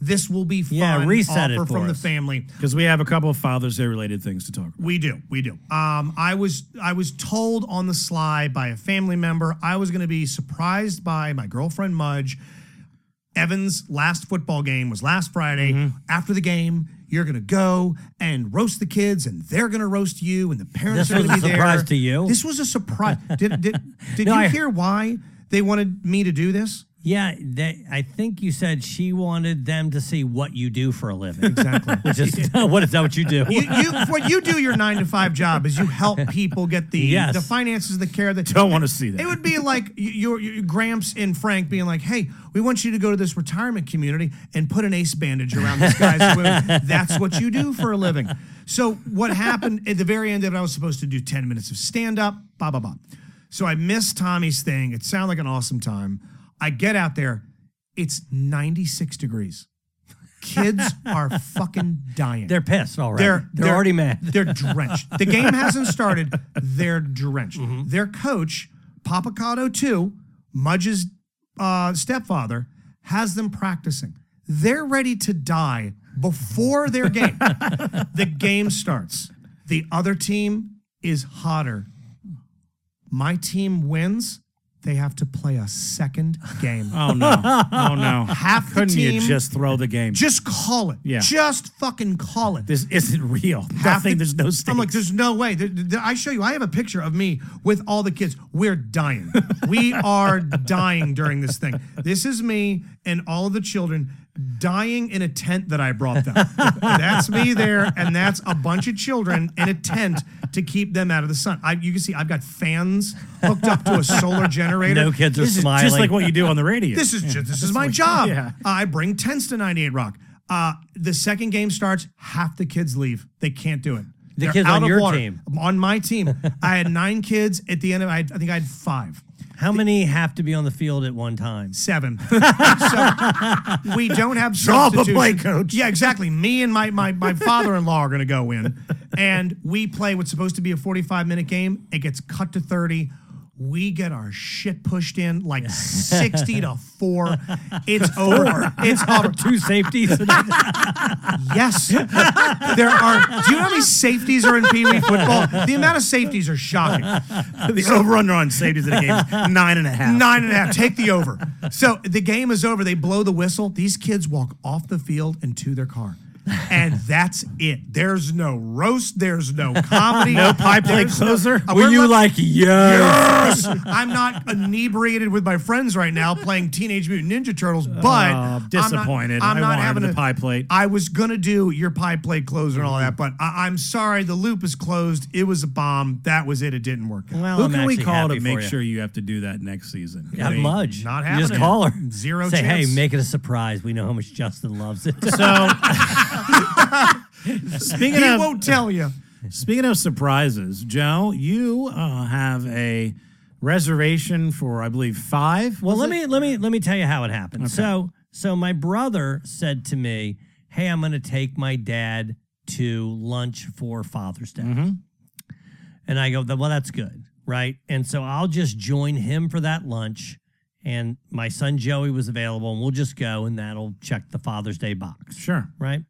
Speaker 12: This will be fun.
Speaker 11: Yeah, reset it
Speaker 12: offer
Speaker 11: for
Speaker 12: from the
Speaker 11: us.
Speaker 12: family.
Speaker 11: Because we have a couple of Father's Day related things to talk about.
Speaker 12: We do, we do. Um, I was I was told on the sly by a family member I was going to be surprised by my girlfriend Mudge. Evan's last football game was last Friday.
Speaker 9: Mm-hmm.
Speaker 12: After the game, you're going to go and roast the kids, and they're going to roast you, and the
Speaker 9: This
Speaker 12: parents are going
Speaker 9: was
Speaker 12: to
Speaker 9: a
Speaker 12: be there.
Speaker 9: surprise to you?
Speaker 12: This was a surprise. did did, did
Speaker 9: No,
Speaker 12: you
Speaker 9: I-
Speaker 12: hear why they wanted me to do this?
Speaker 9: Yeah, they, I think you said she wanted them to see what you do for a living.
Speaker 12: Exactly.
Speaker 9: Which is what is that what you do?
Speaker 12: You, you, what you do your nine to five job is you help people get the
Speaker 9: Yes.
Speaker 12: the finances, the care. That
Speaker 11: Don't want to see that.
Speaker 12: It would be like y- your, your Gramps and Frank being like, "Hey, we want you to go to this retirement community and put an ace bandage around this guy's wound. That's what you do for a living." So what happened at the very end of it? I was supposed to do ten minutes of stand up. Blah blah blah. So I missed Tommy's thing. It sounded like an awesome time. I get out there. It's ninety six degrees. Kids are fucking dying.
Speaker 9: They're pissed already.
Speaker 12: They're,
Speaker 9: They're they're, already mad.
Speaker 12: They're drenched. The game hasn't started. They're drenched.
Speaker 11: Mm-hmm.
Speaker 12: Their coach, Papacado 2, Mudge's uh, stepfather, has them practicing. They're ready to die before their game. the game starts. The other team is hotter. My team wins. They have to play a second game.
Speaker 11: Oh no! Oh no!
Speaker 12: Half the
Speaker 11: Couldn't you
Speaker 12: team-
Speaker 11: just throw the game?
Speaker 12: Just call it.
Speaker 11: Yeah.
Speaker 12: Just fucking call it.
Speaker 11: this isn't real.
Speaker 12: Half
Speaker 11: Nothing.
Speaker 12: the-
Speaker 11: there's no stakes.
Speaker 12: I'm like, there's no way. There- there- I show you. I have a picture of me with all the kids. We're dying. we are dying during this thing. This is me and all of the children dying in a tent that I brought them. that's me there, and that's a bunch of children in a tent to keep them out of the sun. I, you can see I've got fans hooked up to a solar generator.
Speaker 9: No kids are
Speaker 12: This is
Speaker 9: smiling.
Speaker 11: just like what you do on the radio.
Speaker 12: This is just this is my
Speaker 11: like-
Speaker 12: job. Uh,
Speaker 11: Yeah.
Speaker 12: I bring tents to 98 Rock. Uh, the second game starts, half the kids leave. They can't do it.
Speaker 9: The kids on
Speaker 12: of
Speaker 9: your team.
Speaker 12: On my team. I had nine kids. At the end of I, had- I think I had five.
Speaker 9: How many have to be on the field at one time?
Speaker 12: Seven. so we don't have
Speaker 11: Draw up a
Speaker 12: substitutions.
Speaker 11: play, coach.
Speaker 12: Yeah, exactly. Me and my my, my father-in-law are gonna go in. And we play what's supposed to be a 45-minute game. It gets cut to 30. We get our shit pushed in like 60 to 4. It's over. It's over.
Speaker 9: Two safeties.
Speaker 12: Yes. there are. Do you know how many safeties are in Pee Wee football? The amount of safeties are shocking.
Speaker 11: the over-under on safeties in the game is nine and a half.
Speaker 12: Nine and a half. Take the over. So the game is over. They blow the whistle. These kids walk off the field and to their car. And that's it. There's no roast. There's no comedy.
Speaker 11: No pie play
Speaker 12: There's no-
Speaker 11: closer?
Speaker 9: Were
Speaker 12: Uh, we're
Speaker 9: you
Speaker 12: left-
Speaker 9: like yes?
Speaker 12: Yes! I'm not inebriated with my friends right now playing Teenage Mutant Ninja Turtles, but I'm not-
Speaker 11: Oh, disappointed.
Speaker 12: I'm
Speaker 11: I
Speaker 12: not
Speaker 11: wanted
Speaker 12: having
Speaker 11: the
Speaker 12: a-
Speaker 11: pie plate.
Speaker 12: I was gonna do your pie plate closer and all that, but I, I'm sorry, the loop is closed. It was a bomb. That was it. It didn't work. out.
Speaker 9: Well,
Speaker 11: Who
Speaker 9: I'm
Speaker 11: can we
Speaker 9: actually
Speaker 11: call
Speaker 9: happy
Speaker 11: to
Speaker 9: for
Speaker 11: make
Speaker 9: you.
Speaker 11: sure you have to do that next season?
Speaker 9: Yeah,
Speaker 11: They-
Speaker 9: Mudge.
Speaker 12: Not
Speaker 9: You just
Speaker 12: happening.
Speaker 9: call her.
Speaker 12: Zero
Speaker 9: Say,
Speaker 12: chance.
Speaker 9: hey, make it a surprise. We know how much Justin loves it.
Speaker 11: So speaking
Speaker 12: he
Speaker 11: of
Speaker 12: won't tell you.
Speaker 11: speaking of surprises, Joe, you uh, have a reservation for I believe five.
Speaker 9: well,
Speaker 11: was
Speaker 9: let
Speaker 11: it?
Speaker 9: me let me let me tell you how it happened. So so my brother said to me, "Hey, I'm going to take my dad to lunch for Father's Day."
Speaker 11: Mm-hmm.
Speaker 9: And I go, "Th- "Well, that's good, right?" And so I'll just join him for that lunch. And my son Joey was available, and we'll just go, and that'll check the Father's Day box.
Speaker 11: Sure.
Speaker 9: right?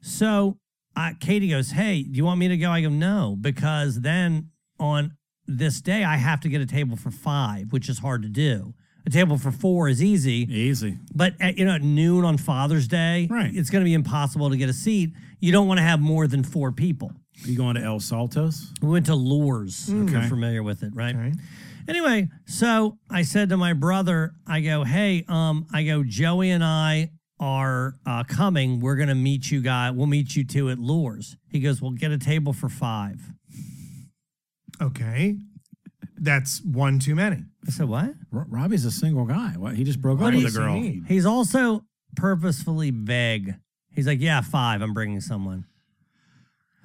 Speaker 9: So uh, Katie goes, Hey, do you want me to go? I go, No, because then on this day, I have to get a table for five, which is hard to do. A table for four is easy,
Speaker 11: Easy.
Speaker 9: but at, you know, at noon on Father's Day,
Speaker 11: Right.
Speaker 9: it's going to be impossible to get a seat. You don't want to have more than four people.
Speaker 11: You going to El Saltos?
Speaker 9: We went to Lures. If you're
Speaker 11: Okay.
Speaker 9: familiar with it, right? Anyway, so I said to my brother, I go, hey, um, I go, Joey and I are uh, coming. We're gonna meet you guys. We'll meet you two at Lures. He goes, we'll get a table for five.
Speaker 12: Okay, that's one too many.
Speaker 9: I said, what?
Speaker 11: R- Robbie's a single guy. What? He just broke
Speaker 12: What
Speaker 11: up
Speaker 12: do
Speaker 11: with a
Speaker 12: you
Speaker 11: girl.
Speaker 12: mean?
Speaker 9: He's also purposefully vague. He's like, yeah, five. I'm bringing someone.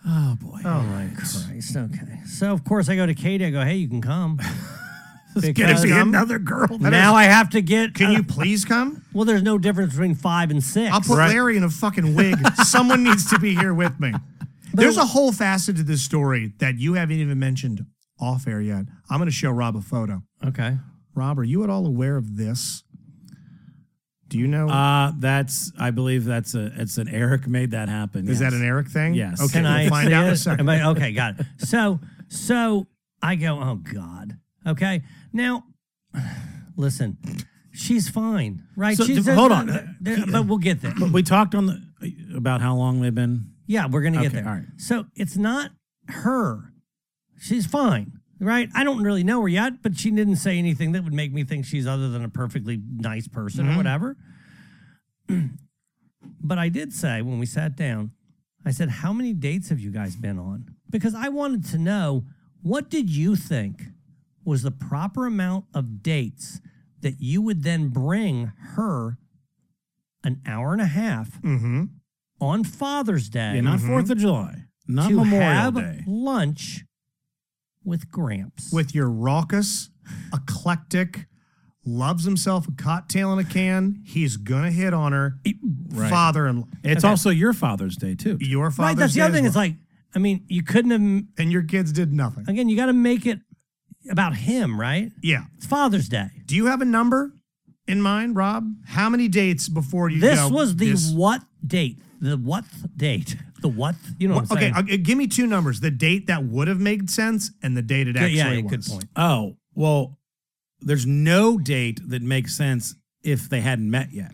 Speaker 11: Oh boy.
Speaker 12: Oh my god.
Speaker 9: Christ. Okay. So of course I go to Katie. I go, hey, you can come.
Speaker 11: It's gonna
Speaker 9: Because
Speaker 11: be another girl.
Speaker 9: now I have to get.
Speaker 12: Can
Speaker 9: uh,
Speaker 12: you please come?
Speaker 9: Well, there's no difference between five and six.
Speaker 12: I'll put
Speaker 11: Right.
Speaker 12: Larry in a fucking wig. Someone needs to be here with me. There's a whole facet to this story that you haven't even mentioned off air yet. I'm going to show Rob a photo.
Speaker 9: okay.
Speaker 12: Rob, are you at all aware of this? Do you know?
Speaker 11: Uh, that's I believe that's a it's an Eric made that happen.
Speaker 12: Is
Speaker 11: yes.
Speaker 12: that an Eric thing?
Speaker 11: Yes.
Speaker 12: Okay,
Speaker 9: Can
Speaker 12: we'll
Speaker 9: I
Speaker 12: find
Speaker 9: say
Speaker 12: out in a
Speaker 9: it?
Speaker 12: second.
Speaker 9: Am I- okay, got it. So, so I go, oh God. Okay. Now, listen, she's fine, right?
Speaker 11: So,
Speaker 9: she's,
Speaker 11: d- hold on.
Speaker 9: there- there- but we'll get there.
Speaker 11: But we talked on the about how long they've been.
Speaker 9: Yeah, we're gonna get
Speaker 11: Okay,
Speaker 9: there.
Speaker 11: all right.
Speaker 9: So it's not her. She's fine, right? I don't really know her yet, but she didn't say anything that would make me think she's other than a perfectly nice person
Speaker 11: Mhm.
Speaker 9: or whatever. but I did say when we sat down, I said, "How many dates have you guys been on?" Because I wanted to know what did you think was the proper amount of dates that you would then bring her an hour and a half
Speaker 12: Mm-hmm.
Speaker 9: on Father's Day.
Speaker 11: Yeah, not Fourth of July, Mm-hmm. not
Speaker 9: to
Speaker 11: Memorial
Speaker 9: have
Speaker 11: Day.
Speaker 9: lunch with Gramps.
Speaker 12: With your raucous, eclectic, loves himself a cocktail in a can. He's gonna hit on her
Speaker 11: Right.
Speaker 12: father in law.
Speaker 11: It's also your Father's Day too.
Speaker 12: your father.
Speaker 9: right, that's the other thing. It's like, I mean, you couldn't have.
Speaker 12: and your kids did nothing.
Speaker 9: Again, you got to make it about him, right?
Speaker 12: Yeah.
Speaker 9: It's Father's Day.
Speaker 12: Do you have a number in mind, Rob? How many dates before you?
Speaker 9: This
Speaker 12: go,
Speaker 9: was the
Speaker 12: this-
Speaker 9: what date? The what date? The what? You know what, I'm
Speaker 12: okay,
Speaker 9: saying?
Speaker 12: uh, give me two numbers: the date that would have made sense and the date it
Speaker 9: Yeah,
Speaker 12: actually
Speaker 9: yeah,
Speaker 12: was.
Speaker 9: good point.
Speaker 11: Oh well, there's no date that makes sense if they hadn't met yet.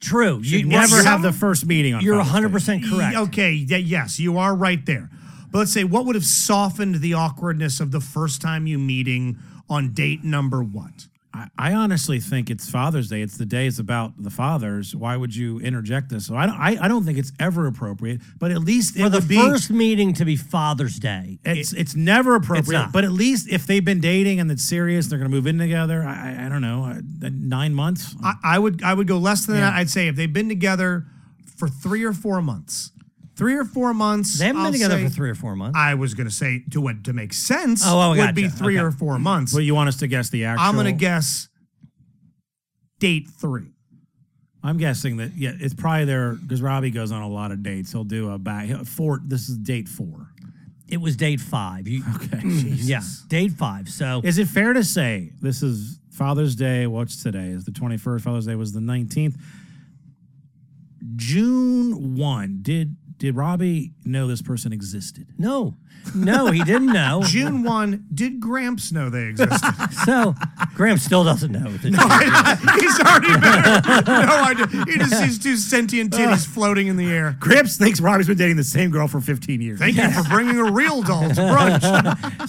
Speaker 9: True.
Speaker 11: You
Speaker 9: You
Speaker 11: never
Speaker 9: some-
Speaker 11: have the first meeting on.
Speaker 9: You're
Speaker 11: Father's Day.
Speaker 9: 100% correct.
Speaker 12: Y- Okay, yeah, yes, you are right there. But let's say what would have softened the awkwardness of the first time you meeting on date number what?
Speaker 11: I, I honestly think it's Father's Day. It's the day it's about the fathers. Why would you interject this? So I don't. I, I don't think it's ever appropriate. But at least it
Speaker 9: For the
Speaker 11: would be.
Speaker 9: first meeting to be Father's Day.
Speaker 11: it's it's never appropriate.
Speaker 9: not.
Speaker 11: but at least if they've been dating and it's serious, they're going to move in together. I, I- I don't know. uh, Nine months.
Speaker 12: I, I would I would go less than that. I'd say if they've been together for three or four months, three or four months.
Speaker 9: They haven't
Speaker 12: I'll
Speaker 9: been together
Speaker 12: say-
Speaker 9: for three or four months.
Speaker 12: I was gonna say to what to make sense.
Speaker 9: Oh, oh,
Speaker 12: would
Speaker 9: gotcha.
Speaker 12: be three
Speaker 9: Okay.
Speaker 12: or four months.
Speaker 11: But you want us to guess the actual?
Speaker 12: I'm gonna guess date three.
Speaker 11: I'm guessing that yeah, it's probably there because Robbie goes on a lot of dates. He'll do a back he'll- four. This is date four.
Speaker 9: It was date five. You,
Speaker 11: Okay.
Speaker 9: Yeah, date five. So
Speaker 11: Is it fair to say this is Father's Day? What's today? Is the 21st? Father's Day was the 19th. June 1. Did did Robbie know this person existed?
Speaker 9: no, no, he didn't know.
Speaker 12: June one. Did Gramps know they existed?
Speaker 9: So Graham still doesn't know. that-
Speaker 12: He's already better. No idea. He just sees two sentient
Speaker 11: Uh.
Speaker 12: titties floating in the air.
Speaker 11: Gramps thinks Robbie's been dating the same girl for 15 years.
Speaker 12: Thank you for bringing a real doll to brunch.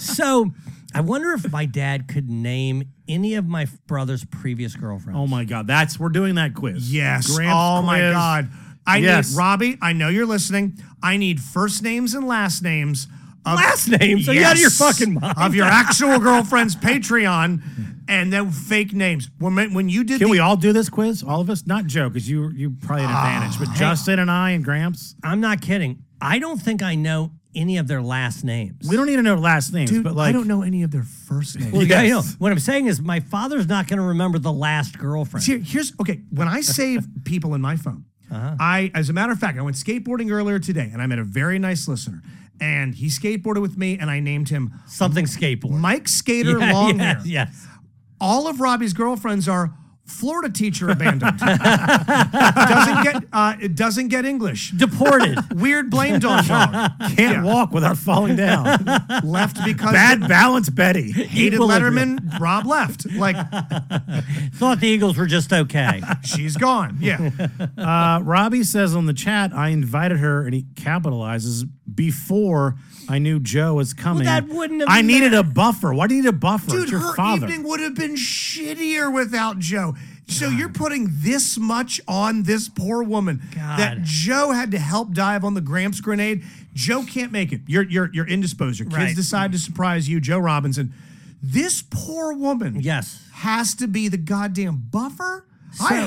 Speaker 9: So I wonder if my dad could name any of my brother's previous girlfriends.
Speaker 11: Oh my God. That's we're doing that quiz.
Speaker 12: Yes.
Speaker 11: Gramps
Speaker 12: oh my
Speaker 11: quiz.
Speaker 12: God. I
Speaker 11: Yes.
Speaker 12: need Robbie. I know you're listening. I need first names and last names. Of,
Speaker 9: Last names? Are you out of your fucking mind?
Speaker 12: Of your actual girlfriend's Patreon, and then fake names. When when you did
Speaker 11: Can
Speaker 12: the
Speaker 11: we all do this quiz? All of us? Not Joe, because you you probably had an advantage. But Justin and I and Gramps.
Speaker 9: Ah, I'm not kidding. I don't think I know any of their last names.
Speaker 11: We don't need to know last names,
Speaker 12: dude,
Speaker 11: but like
Speaker 12: I don't know any of their first names.
Speaker 9: Well, yeah, you know,
Speaker 11: Yes.
Speaker 9: what I'm saying is my father's not going to remember the last girlfriend.
Speaker 12: Here- here's okay. When I save people in my phone,
Speaker 11: Uh-huh.
Speaker 12: I, as a matter of fact, I went skateboarding earlier today, and I met a very nice listener, and he skateboarded with me, and I named him
Speaker 9: Something skateboard.
Speaker 12: Mike Skater
Speaker 9: Yeah,
Speaker 12: Long
Speaker 9: yes,
Speaker 12: Hair.
Speaker 9: yes.
Speaker 12: All of Robbie's girlfriends are Florida teacher abandoned. doesn't get uh, it doesn't get English.
Speaker 9: Deported.
Speaker 12: Weird blame dog. Can't
Speaker 11: can't walk without falling down.
Speaker 12: Left because
Speaker 11: Bad balance, Betty.
Speaker 12: hated
Speaker 9: equilibrium.
Speaker 12: Letterman. Rob left. Like
Speaker 9: Thought the Eagles were just okay.
Speaker 12: she's gone. Yeah.
Speaker 11: Uh, Robbie says on the chat, I invited her, and he capitalizes before I knew Joe was coming.
Speaker 9: that wouldn't have
Speaker 11: I needed a buffer. Why do you need a buffer?
Speaker 12: Dude,
Speaker 11: it's your
Speaker 12: her
Speaker 11: father.
Speaker 12: evening would have been shittier without Joe. So you're putting this much on this poor woman that
Speaker 9: God.
Speaker 12: Joe had to help dive on the Gramps grenade. Joe can't make it. You're you're you're indisposed. Your kids
Speaker 9: Right.
Speaker 12: decide to surprise you, Joe Robinson. This poor woman
Speaker 9: Yes.
Speaker 12: has to be the goddamn buffer. I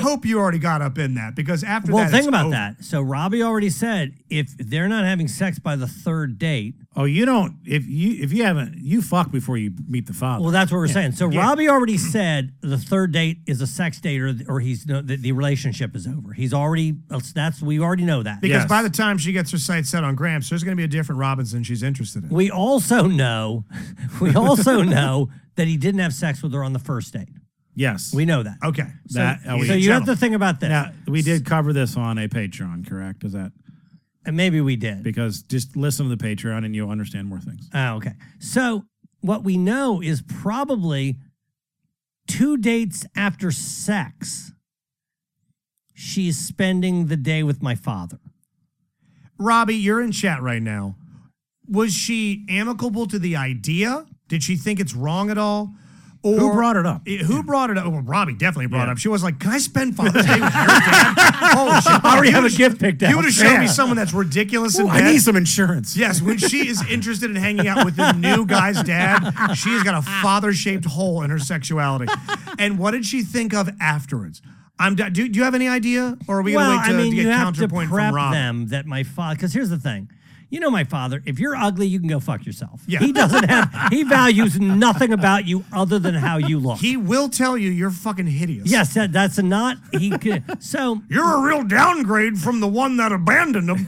Speaker 9: So-
Speaker 12: hope you already got up in that because after
Speaker 9: Well,
Speaker 12: that,
Speaker 9: think
Speaker 12: it's
Speaker 9: about
Speaker 12: over.
Speaker 9: that. So Robbie already said if they're not having sex by the third date,
Speaker 11: oh, you don't. If you if you haven't, you fuck before you meet the father.
Speaker 9: Well, that's what we're saying. So Robbie already said the third date is a sex date, or or he's no, the, the relationship is over. He's already that's we already know that.
Speaker 12: Because
Speaker 11: Yes.
Speaker 12: by the time she gets her sights set on Gramps, there's going to be a different Robinson she's interested in.
Speaker 9: we also know, we also know that he didn't have sex with her on the first date.
Speaker 11: Yes.
Speaker 9: We know that.
Speaker 12: Okay.
Speaker 9: So,
Speaker 11: That-
Speaker 9: so
Speaker 11: uh, we-
Speaker 9: you have to think about this.
Speaker 11: Now, we did cover this on a Patreon, correct? Is that?
Speaker 9: And maybe we did.
Speaker 11: Because just listen to the Patreon and you'll understand more things.
Speaker 9: Oh, okay. So what we know is probably two dates after sex, she's spending the day with my father.
Speaker 12: Robbie, you're in chat right now. Was she amicable to the idea? Did she think it's wrong at all? Or
Speaker 11: Who brought it up?
Speaker 12: Who brought it up? Well, Robbie definitely brought it
Speaker 11: Yeah.
Speaker 12: up. She was like, "Can I spend Father's Day with your dad?" Holy shit!
Speaker 11: I already
Speaker 12: You
Speaker 11: have a
Speaker 12: just-
Speaker 11: gift picked out.
Speaker 12: You would have shown
Speaker 11: Yeah.
Speaker 12: me someone that's ridiculous and
Speaker 11: Ooh, I
Speaker 12: bad.
Speaker 11: need some insurance.
Speaker 12: Yes, when she is interested in hanging out with the new guy's dad, she has got a father shaped hole in her sexuality. And what did she think of afterwards? I'm. d- Do, do you have any idea, or are we going
Speaker 9: well,
Speaker 12: to wait to,
Speaker 9: I mean,
Speaker 12: to
Speaker 9: you
Speaker 12: get
Speaker 9: have to
Speaker 12: counterpoint
Speaker 9: prep
Speaker 12: from Rob?
Speaker 9: them that my father. Because here's the thing, you know, my father. If you're ugly, you can go fuck yourself.
Speaker 12: Yeah.
Speaker 9: He doesn't have. he values nothing about you other than how you look.
Speaker 12: He will tell you you're fucking hideous.
Speaker 9: yes, that, that's not. He could. So
Speaker 12: You're a real downgrade from the one that abandoned him.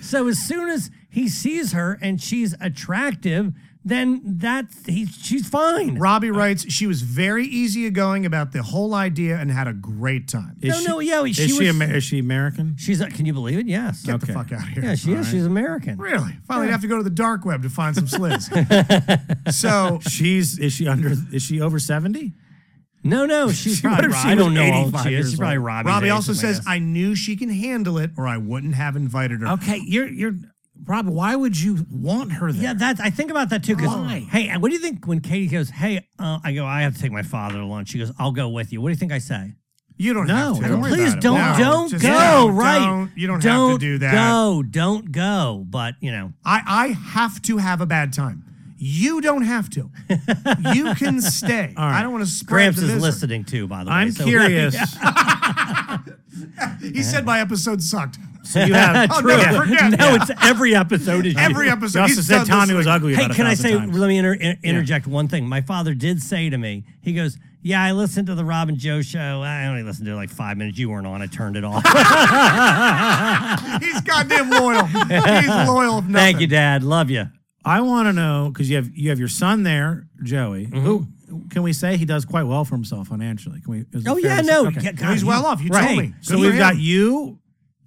Speaker 9: so as soon as he sees her and she's attractive, then that's he. She's fine.
Speaker 12: Robbie writes, she was very easygoing about the whole idea and had a great time.
Speaker 9: no, no, yeah,
Speaker 11: Is
Speaker 9: she
Speaker 11: she,
Speaker 9: was.
Speaker 11: Amer- is she American?
Speaker 9: she's. Can you believe it? Yes.
Speaker 12: Get the fuck out of here.
Speaker 9: Yeah, she is. She's American.
Speaker 12: Really? Finally, I'd have to go to the dark web to find some sliz. so
Speaker 11: She's is she under is she over 70?
Speaker 9: No, no, she's
Speaker 11: She
Speaker 9: probably.
Speaker 11: would've- she
Speaker 9: I don't
Speaker 11: was
Speaker 9: know how old
Speaker 11: 85
Speaker 9: she is.
Speaker 11: years
Speaker 9: She's probably
Speaker 11: old.
Speaker 9: Robbie.
Speaker 12: Robbie also says, I knew she can handle it or I wouldn't have invited her.
Speaker 11: Okay, you're you're Rob, why would you want her there?
Speaker 9: Yeah, that's. I think about that too. Because
Speaker 11: Why?
Speaker 9: hey, and what do you think when Katie goes, "Hey," uh, I go, "I have to take my father to lunch." She goes, "I'll go with you." What do you think I say?
Speaker 12: You don't
Speaker 11: No,
Speaker 12: have to.
Speaker 11: don't worry
Speaker 9: Please
Speaker 11: about it.
Speaker 9: don't,
Speaker 12: No,
Speaker 9: don't
Speaker 12: just
Speaker 9: go.
Speaker 12: don't,
Speaker 9: right?
Speaker 12: don't. You don't have to do that.
Speaker 9: Go, don't go. But you know,
Speaker 12: I, I have to have a bad time. You don't have to. You can stay.
Speaker 11: All right.
Speaker 12: I don't want to spread
Speaker 9: Gramps
Speaker 12: the
Speaker 9: is
Speaker 12: misery.
Speaker 9: listening too. By the way,
Speaker 11: I'm
Speaker 9: so-
Speaker 11: curious.
Speaker 12: He said my episode sucked.
Speaker 11: so you have
Speaker 12: I'll
Speaker 9: True.
Speaker 12: never forget.
Speaker 9: Now it's every episode is you.
Speaker 12: Every episode.
Speaker 11: Justin
Speaker 12: he's
Speaker 11: said
Speaker 12: done this
Speaker 11: Tommy was
Speaker 12: thing.
Speaker 11: ugly.
Speaker 9: Hey,
Speaker 11: about a
Speaker 9: can I
Speaker 11: thousand
Speaker 9: say?
Speaker 11: times.
Speaker 9: Let me inter- in- interject one thing. My father did say to me, he goes, "Yeah, I listened to the Rob and Joe show. I only listened to it like five minutes. You weren't on. I turned it off."
Speaker 12: He's goddamn loyal. He's loyal of nothing.
Speaker 9: Thank you, Dad. Love you.
Speaker 11: I want to know because you have you have your son there, Joey.
Speaker 9: Mm-hmm.
Speaker 11: Who can we say he does quite well for himself financially? Can we? is it
Speaker 9: Oh
Speaker 11: fair
Speaker 9: yeah,
Speaker 11: to say-
Speaker 9: no,
Speaker 11: okay.
Speaker 9: yeah, God,
Speaker 12: he's well off. You
Speaker 9: right.
Speaker 12: told me.
Speaker 11: So
Speaker 12: Good
Speaker 11: we've
Speaker 12: for
Speaker 11: got
Speaker 12: him.
Speaker 11: you,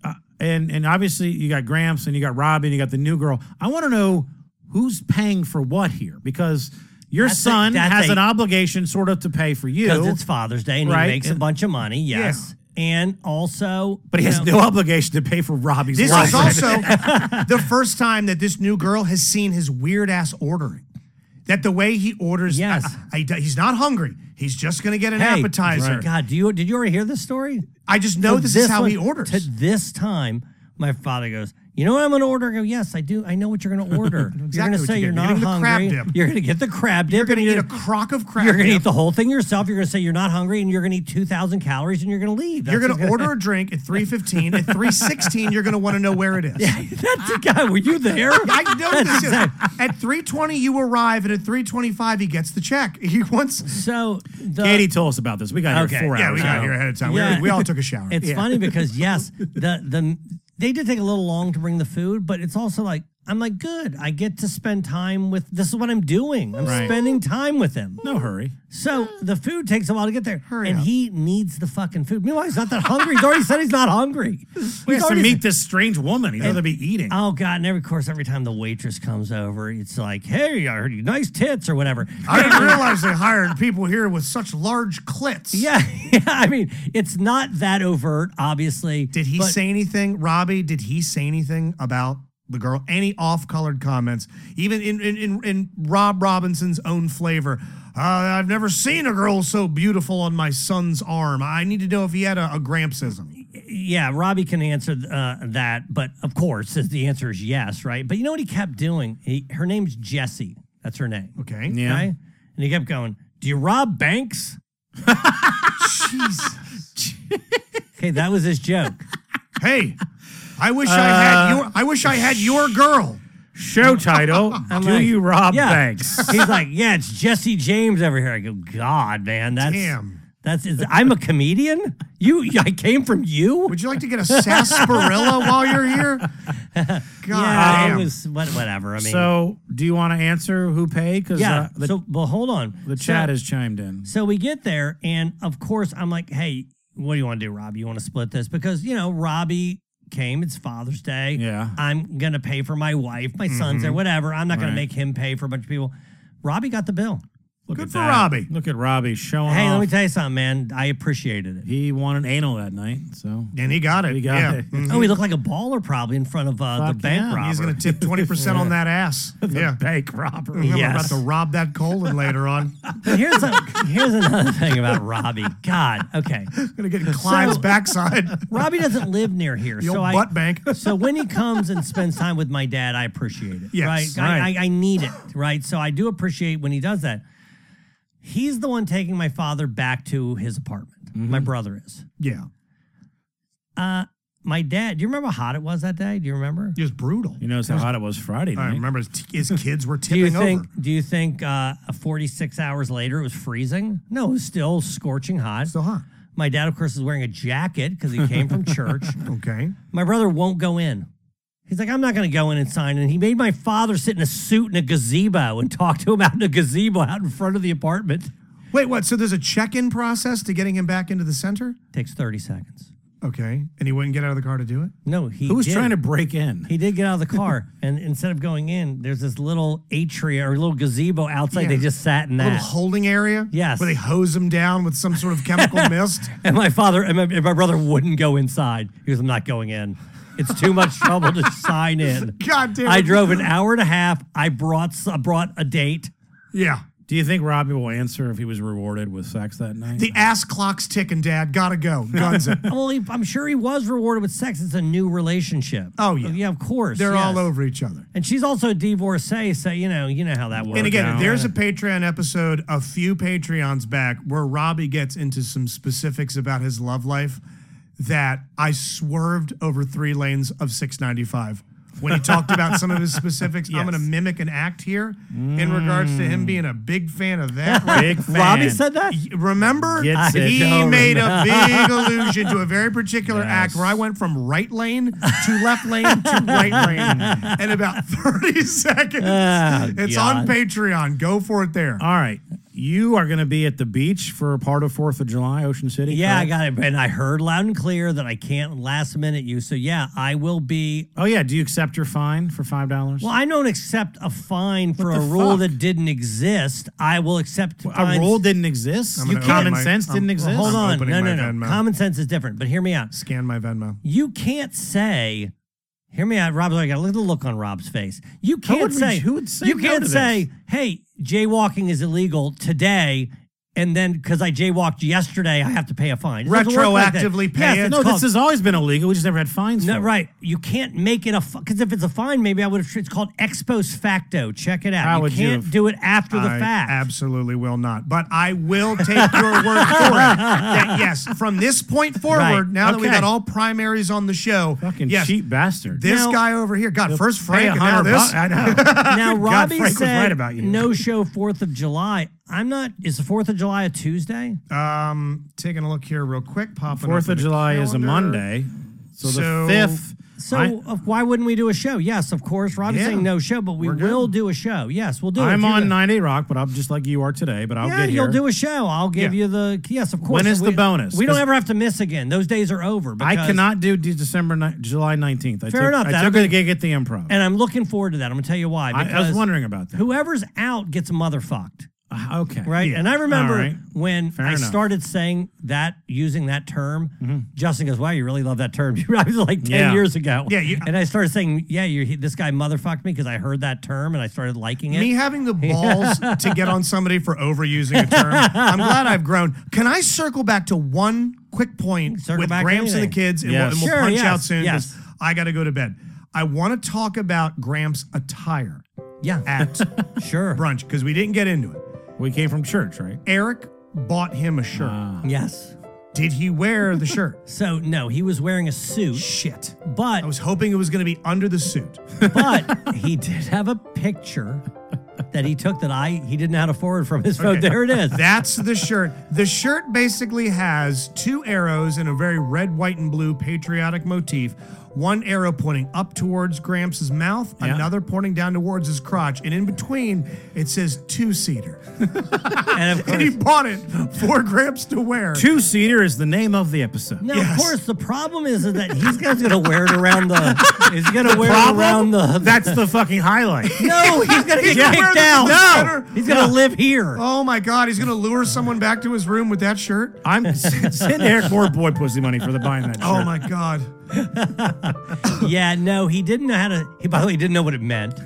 Speaker 11: uh, and and obviously you got Gramps, and you got Robbie, and you got the new girl. I want to know who's paying for what here because your
Speaker 9: That's a-
Speaker 11: son
Speaker 9: that's
Speaker 11: has
Speaker 9: a-
Speaker 11: an obligation sort of to pay for
Speaker 9: because
Speaker 11: you,
Speaker 9: it's Father's Day and
Speaker 11: Right.
Speaker 9: he makes a
Speaker 11: And-
Speaker 9: bunch of money. Yes, and also,
Speaker 11: but he
Speaker 9: you
Speaker 11: has
Speaker 9: know,
Speaker 11: no obligation to pay for Robbie's.
Speaker 12: This
Speaker 11: life.
Speaker 12: is also the first time that this new girl has seen his weird ass ordering. That the way he orders,
Speaker 9: Yes.
Speaker 12: I- I- he's not hungry. He's just going to get an
Speaker 9: hey,
Speaker 12: appetizer.
Speaker 9: God, do you did you already hear this story?
Speaker 12: I just know
Speaker 9: So
Speaker 12: this, is how
Speaker 9: one-
Speaker 12: he orders.
Speaker 9: To this time, my father goes, "You know what I'm going to order?" I go, "Yes, I do. I know what you're going to order. you're going
Speaker 12: exactly
Speaker 9: to
Speaker 12: what
Speaker 9: say
Speaker 12: you're
Speaker 9: you're
Speaker 12: gonna-
Speaker 9: not
Speaker 12: you're gonna get
Speaker 9: hungry.
Speaker 12: the crab dip.
Speaker 9: You're going to get the crab dip.
Speaker 12: You're going
Speaker 9: and
Speaker 12: to eat a
Speaker 9: gonna-
Speaker 12: crock of crab.
Speaker 9: You're going to
Speaker 12: dip.
Speaker 9: eat the whole thing yourself. You're going to say you're not hungry, and you're going to eat 2,000 calories, and you're going to leave.
Speaker 12: You're
Speaker 9: That's
Speaker 12: going to
Speaker 9: what's
Speaker 12: order a drink at 3:15. At 3:16, you're going to want to know where it is.
Speaker 9: That's the guy. Were you there?
Speaker 12: I know this. is- At 3:20, you arrive, and at 3:25, he gets the check. He wants.
Speaker 9: So the,
Speaker 11: Katie told us about this. We got
Speaker 9: uh, Okay.
Speaker 11: here four
Speaker 12: Yeah,
Speaker 11: hours.
Speaker 12: we got
Speaker 11: ago.
Speaker 12: here ahead of time. We-
Speaker 9: Yeah.
Speaker 12: We, all took a shower.
Speaker 9: It's
Speaker 12: Yeah.
Speaker 9: funny because yes, the the they did take a little long to bring the food, but it's also like I'm like good. I get to spend time with. This is what I'm doing. I'm
Speaker 11: Right.
Speaker 9: spending time with him.
Speaker 11: No hurry.
Speaker 9: So the food takes a while to get there,
Speaker 12: Hurry
Speaker 9: and
Speaker 12: up.
Speaker 9: he needs the fucking food. Meanwhile, he's not that hungry. He's already said he's not hungry.
Speaker 11: We
Speaker 9: He's
Speaker 11: have to
Speaker 9: already
Speaker 11: meet
Speaker 9: said-
Speaker 11: this strange woman. He'd rather be eating.
Speaker 9: Oh God! And every of course, every time the waitress comes over, it's like, "Hey, I heard you nice tits or whatever."
Speaker 12: I didn't realize they hired people here with such large clits.
Speaker 9: yeah, yeah. I mean, it's not that overt, obviously.
Speaker 12: Did he
Speaker 9: but-
Speaker 12: say anything, Robbie? Did he say anything about the girl? Any off-colored comments? Even in in in, in Rob Robinson's own flavor. Uh, I've never seen a girl so beautiful on my son's arm. I need to know if he had a, a grampsism.
Speaker 9: yeah, Robbie can answer uh, that, but of course, if the answer is yes, right? But you know what he kept doing? He, her name's Jessie. That's her name.
Speaker 12: Okay.
Speaker 11: Yeah.
Speaker 9: Okay? And he kept going, Do you rob banks?
Speaker 12: Jesus.
Speaker 9: Okay, that was his joke.
Speaker 12: hey, I wish I
Speaker 9: Uh,
Speaker 12: had your I wish I had your girl.
Speaker 11: Show title:
Speaker 9: I'm
Speaker 11: Do
Speaker 9: like,
Speaker 11: you rob
Speaker 9: yeah.
Speaker 11: banks?
Speaker 9: He's like, Yeah, it's Jesse James over here. I go, God, man, that's
Speaker 12: Damn.
Speaker 9: That's is, I'm a comedian. You, I came from you.
Speaker 12: Would you like to get a sarsaparilla while you're here?
Speaker 9: God, yeah,
Speaker 12: damn.
Speaker 9: it was what, whatever. I mean,
Speaker 11: so do you want to answer who paid? Because
Speaker 9: yeah.
Speaker 11: uh, the,
Speaker 9: so, well, hold on.
Speaker 11: the chat
Speaker 9: So-
Speaker 11: has chimed in.
Speaker 9: So we get there, and of course, I'm like, hey, what do you want to do, Rob? You want to split this? Because, you know, Robbie came, it's Father's Day.
Speaker 11: Yeah.
Speaker 9: I'm going to pay for my wife, my son's
Speaker 12: Mm-hmm.
Speaker 9: there,
Speaker 11: Mhm.
Speaker 9: whatever. I'm not going
Speaker 11: Right.
Speaker 9: to make him pay for a bunch of people. Robbie got the bill.
Speaker 11: Look
Speaker 12: Good
Speaker 11: at
Speaker 12: for
Speaker 11: that.
Speaker 12: Robbie.
Speaker 11: Look at Robbie showing
Speaker 9: Hey,
Speaker 11: off.
Speaker 9: let me tell you something, man. I appreciated it.
Speaker 11: he won an anal that night, so
Speaker 12: And he got it.
Speaker 11: He got
Speaker 12: yeah.
Speaker 11: it.
Speaker 12: Mhm.
Speaker 9: Oh, he looked like a baller probably in front of uh, the
Speaker 11: Fuck
Speaker 9: bank
Speaker 11: yeah.
Speaker 9: robber.
Speaker 12: He's going to tip 20% on that ass. yeah.
Speaker 11: bank robbery.
Speaker 12: Remember, I'm
Speaker 9: Yes.
Speaker 12: about to rob that colon later on.
Speaker 9: But here's, a, here's another thing about Robbie. God, okay.
Speaker 12: going to get Clyde's
Speaker 9: So-
Speaker 12: backside.
Speaker 9: Robbie doesn't live near here,
Speaker 12: The
Speaker 9: so
Speaker 12: old
Speaker 9: I
Speaker 12: butt bank.
Speaker 9: so when he comes and spends time with my dad, I appreciate it.
Speaker 12: Yes,
Speaker 9: right?
Speaker 12: right.
Speaker 9: I, I, I need it. Right. So I do appreciate when he does that. He's the one taking my father back to his apartment. My brother is.
Speaker 12: Mm-hmm. Yeah.
Speaker 9: Uh, my dad. Do you remember how hot it was that day? Do you remember?
Speaker 12: He was brutal.
Speaker 11: You notice how hot it was Friday
Speaker 12: I
Speaker 11: night.
Speaker 12: remember his, t- his kids were
Speaker 9: Do you
Speaker 12: tipping
Speaker 9: think?
Speaker 12: over.
Speaker 9: Do you think uh, 46 hours later it was freezing? No, it was still scorching hot.
Speaker 12: Still hot.
Speaker 9: My dad, of course, is wearing a jacket because he came from church.
Speaker 12: Okay.
Speaker 9: My brother won't go in. He's like, I'm not going to go in and sign. And he made my father sit in a suit in a gazebo and talk to him out in a gazebo out in front of the apartment.
Speaker 12: Wait, what? So there's a check in process to getting him back into the center?
Speaker 9: Takes 30 seconds.
Speaker 12: Okay. And he wouldn't get out of the car to do it?
Speaker 9: No, he
Speaker 11: Who was
Speaker 9: did.
Speaker 11: trying to break in?
Speaker 9: He did get out of the car, and instead of going in, there's this little atria or little gazebo outside.
Speaker 12: Yeah.
Speaker 9: They just sat in
Speaker 12: A
Speaker 9: that.
Speaker 12: little holding area?
Speaker 9: Yes.
Speaker 12: Where they hose him down with some sort of chemical mist?
Speaker 9: and my father and my, and my brother wouldn't go inside. He was, I'm not going in. It's too much trouble to sign in.
Speaker 12: God damn it.
Speaker 9: I drove an hour and a half. I brought s- I brought a date.
Speaker 12: Yeah.
Speaker 11: Do you think Robbie will answer if he was rewarded with sex that night?
Speaker 12: The ass clock's ticking, Dad. Gotta go. Guns it.
Speaker 9: well, he, I'm sure he was rewarded with sex. It's a new relationship.
Speaker 12: Oh, yeah.
Speaker 9: yeah, of course.
Speaker 12: They're all
Speaker 9: yes.
Speaker 12: over each other.
Speaker 9: And she's also a divorcee, so you know, you know how that works.
Speaker 12: and again,
Speaker 9: out.
Speaker 12: there's a Patreon episode a few Patreons back where Robbie gets into some specifics about his love life that I swerved over three lanes of 695 when he talked about some of his specifics. I'm going to mimic an act here in regards to him being a big fan of that.
Speaker 11: Big fan.
Speaker 9: Robbie said that.
Speaker 12: Remember,
Speaker 11: Gets it.
Speaker 12: he
Speaker 11: Don't
Speaker 12: made a big allusion to a very particular act
Speaker 11: Yes.
Speaker 12: where I went from right lane to left lane to right lane in about 30 seconds.
Speaker 9: Ah,
Speaker 12: it's on
Speaker 9: God.
Speaker 12: Patreon. Go for it there.
Speaker 11: Oh, All right. You are going to be at the beach for part of 4th of July, Ocean City.
Speaker 9: Yeah, I
Speaker 11: correct?
Speaker 9: got it. And I heard loud and clear that I can't last minute you. So yeah, I will be.
Speaker 11: Oh, yeah. Do you accept your fine for $5?
Speaker 9: Well, I don't accept a fine for
Speaker 11: What
Speaker 9: a
Speaker 11: the
Speaker 9: rule
Speaker 11: fuck?
Speaker 9: that didn't exist. I will accept
Speaker 11: a
Speaker 9: fines-
Speaker 11: rule didn't exist.
Speaker 12: I'm
Speaker 11: You
Speaker 12: gonna
Speaker 11: common
Speaker 12: open my-
Speaker 11: sense
Speaker 12: I'm-
Speaker 11: didn't exist.
Speaker 9: Hold
Speaker 12: I'm
Speaker 9: on,
Speaker 12: opening
Speaker 9: no,
Speaker 12: my
Speaker 9: no, no.
Speaker 12: Venmo.
Speaker 9: Common sense is different. But hear me out.
Speaker 12: Scan my Venmo.
Speaker 9: You can't say. Hear me out, Rob. I got a little look on Rob's face. You can't
Speaker 11: would we-
Speaker 9: say.
Speaker 11: who would say
Speaker 9: you
Speaker 11: no
Speaker 9: can't
Speaker 11: to this?
Speaker 9: say, "Hey, jaywalking is illegal today," and then because I jaywalked yesterday, I have to pay a fine. It doesn't work like that.
Speaker 12: Retroactively pay
Speaker 9: Yes,
Speaker 12: it?
Speaker 9: it's
Speaker 11: no,
Speaker 9: called-
Speaker 11: this has always been illegal. We just never had fines.
Speaker 9: no,
Speaker 11: for it.
Speaker 9: right. You can't make it a because if it's a fine, maybe I would have. It's called ex post facto. Check it out.
Speaker 11: How
Speaker 9: you
Speaker 11: would you
Speaker 9: can't
Speaker 11: have-
Speaker 9: do it after the
Speaker 12: I
Speaker 9: fact.
Speaker 12: absolutely will not. But I will take your word for it that yes, from this point forward,
Speaker 9: Right.
Speaker 12: now that we
Speaker 11: Okay.
Speaker 12: got all primaries on the show,
Speaker 11: Fucking
Speaker 12: yes,
Speaker 11: cheap bastard.
Speaker 12: this
Speaker 9: Now-
Speaker 12: guy over here, God, first
Speaker 11: Hey,
Speaker 12: Frank, and now
Speaker 11: 100
Speaker 12: this.
Speaker 11: bucks. I know.
Speaker 9: now
Speaker 11: Good God,
Speaker 9: Robbie
Speaker 11: Frank was
Speaker 9: said,
Speaker 11: right about you.
Speaker 9: "No show Fourth of July." I'm not. Is the Fourth of July a Tuesday?
Speaker 12: Um, taking a look here real quick. Popping
Speaker 11: Fourth of
Speaker 12: up in the
Speaker 11: July is a
Speaker 12: calendar.
Speaker 11: Monday, so,
Speaker 12: So-
Speaker 11: the fifth.
Speaker 9: So
Speaker 11: I-
Speaker 9: uh, why wouldn't we do a show? Yes, of course. Robbie's
Speaker 12: Yeah.
Speaker 9: saying no show, but we
Speaker 12: We're good.
Speaker 9: will do a show. Yes, we'll do it.
Speaker 11: I'm
Speaker 9: If you're
Speaker 11: on
Speaker 9: the-
Speaker 11: 98 Rock, but I'm just like you are today. But I'll
Speaker 9: yeah,
Speaker 11: get here.
Speaker 9: you'll do a show. I'll give
Speaker 12: Yeah.
Speaker 9: you the yes, of course.
Speaker 11: When is
Speaker 9: We-
Speaker 11: the bonus?
Speaker 9: We don't
Speaker 11: 'Cause-
Speaker 9: ever have to miss again. Those days are over.
Speaker 11: I
Speaker 9: because-
Speaker 11: cannot do de- December ni- July 19th. I
Speaker 9: Fair
Speaker 11: took,
Speaker 9: enough,
Speaker 11: I
Speaker 9: that'll
Speaker 11: took
Speaker 9: be-
Speaker 11: a gig at the Improv.
Speaker 9: and I'm looking forward to that. I'm gonna tell you
Speaker 11: I,
Speaker 9: why.
Speaker 11: I was
Speaker 9: because
Speaker 11: wondering about that.
Speaker 9: whoever's out gets motherfucked,
Speaker 11: Uh, okay,
Speaker 9: right?
Speaker 11: Yeah.
Speaker 9: And I remember
Speaker 11: All right.
Speaker 9: when
Speaker 11: Fair
Speaker 9: I
Speaker 11: enough.
Speaker 9: started saying that, using that term. Justin goes, "Wow, you really love that term." I was like ten
Speaker 11: Yeah.
Speaker 9: years ago.
Speaker 12: Mm-hmm. Yeah, you-
Speaker 9: and I started saying, "Yeah, you he- this guy motherfucked me because I heard that term and I started liking it."
Speaker 12: Me having the balls to get on somebody for overusing a term. I'm glad I've grown. Can I circle back to one quick point
Speaker 9: Circle
Speaker 12: with
Speaker 9: back to
Speaker 12: Gramps and the
Speaker 9: anything.
Speaker 12: kids, and,
Speaker 11: Yes.
Speaker 12: we'll, and we'll
Speaker 9: Sure,
Speaker 12: punch
Speaker 9: yes,
Speaker 12: out soon 'cause
Speaker 9: yes.
Speaker 12: I got to go to bed. I want to talk about Gramps' attire
Speaker 9: yeah,
Speaker 12: at
Speaker 9: sure.
Speaker 12: brunch because we didn't get into it.
Speaker 11: we came from church, right?
Speaker 12: Eric bought him a shirt.
Speaker 11: Ah.
Speaker 9: Yes.
Speaker 12: Did he wear the shirt?
Speaker 9: So no, he was wearing a suit,
Speaker 12: Shit.
Speaker 9: but
Speaker 12: I was hoping it was going to be under the suit.
Speaker 9: but he did have a picture
Speaker 11: that he took that I he didn't know how to forward from his phone. There it is.
Speaker 12: That's the shirt. The shirt basically has two arrows in a very red, white, and blue patriotic motif. One arrow pointing up towards Gramps' mouth,
Speaker 11: Yeah.
Speaker 12: another pointing down towards his crotch, and in between it says two seater.
Speaker 11: and, of
Speaker 12: he bought it for Gramps to wear.
Speaker 9: Two seater is the name of the episode.
Speaker 11: Now, of course, the problem is that he's gonna, gonna wear it around the. He's gonna wear it around the.
Speaker 9: That's the fucking highlight.
Speaker 11: No, he's gonna get
Speaker 12: Yeah.
Speaker 11: kicked out.
Speaker 12: No.
Speaker 11: he's gonna
Speaker 12: No.
Speaker 11: live here.
Speaker 12: Oh my God, he's gonna lure someone back to his room with that shirt.
Speaker 9: I'm send Eric more boy pussy money for the buying that shirt.
Speaker 12: Oh my God.
Speaker 11: yeah, no, he didn't know how to. He by the way he didn't know what it meant.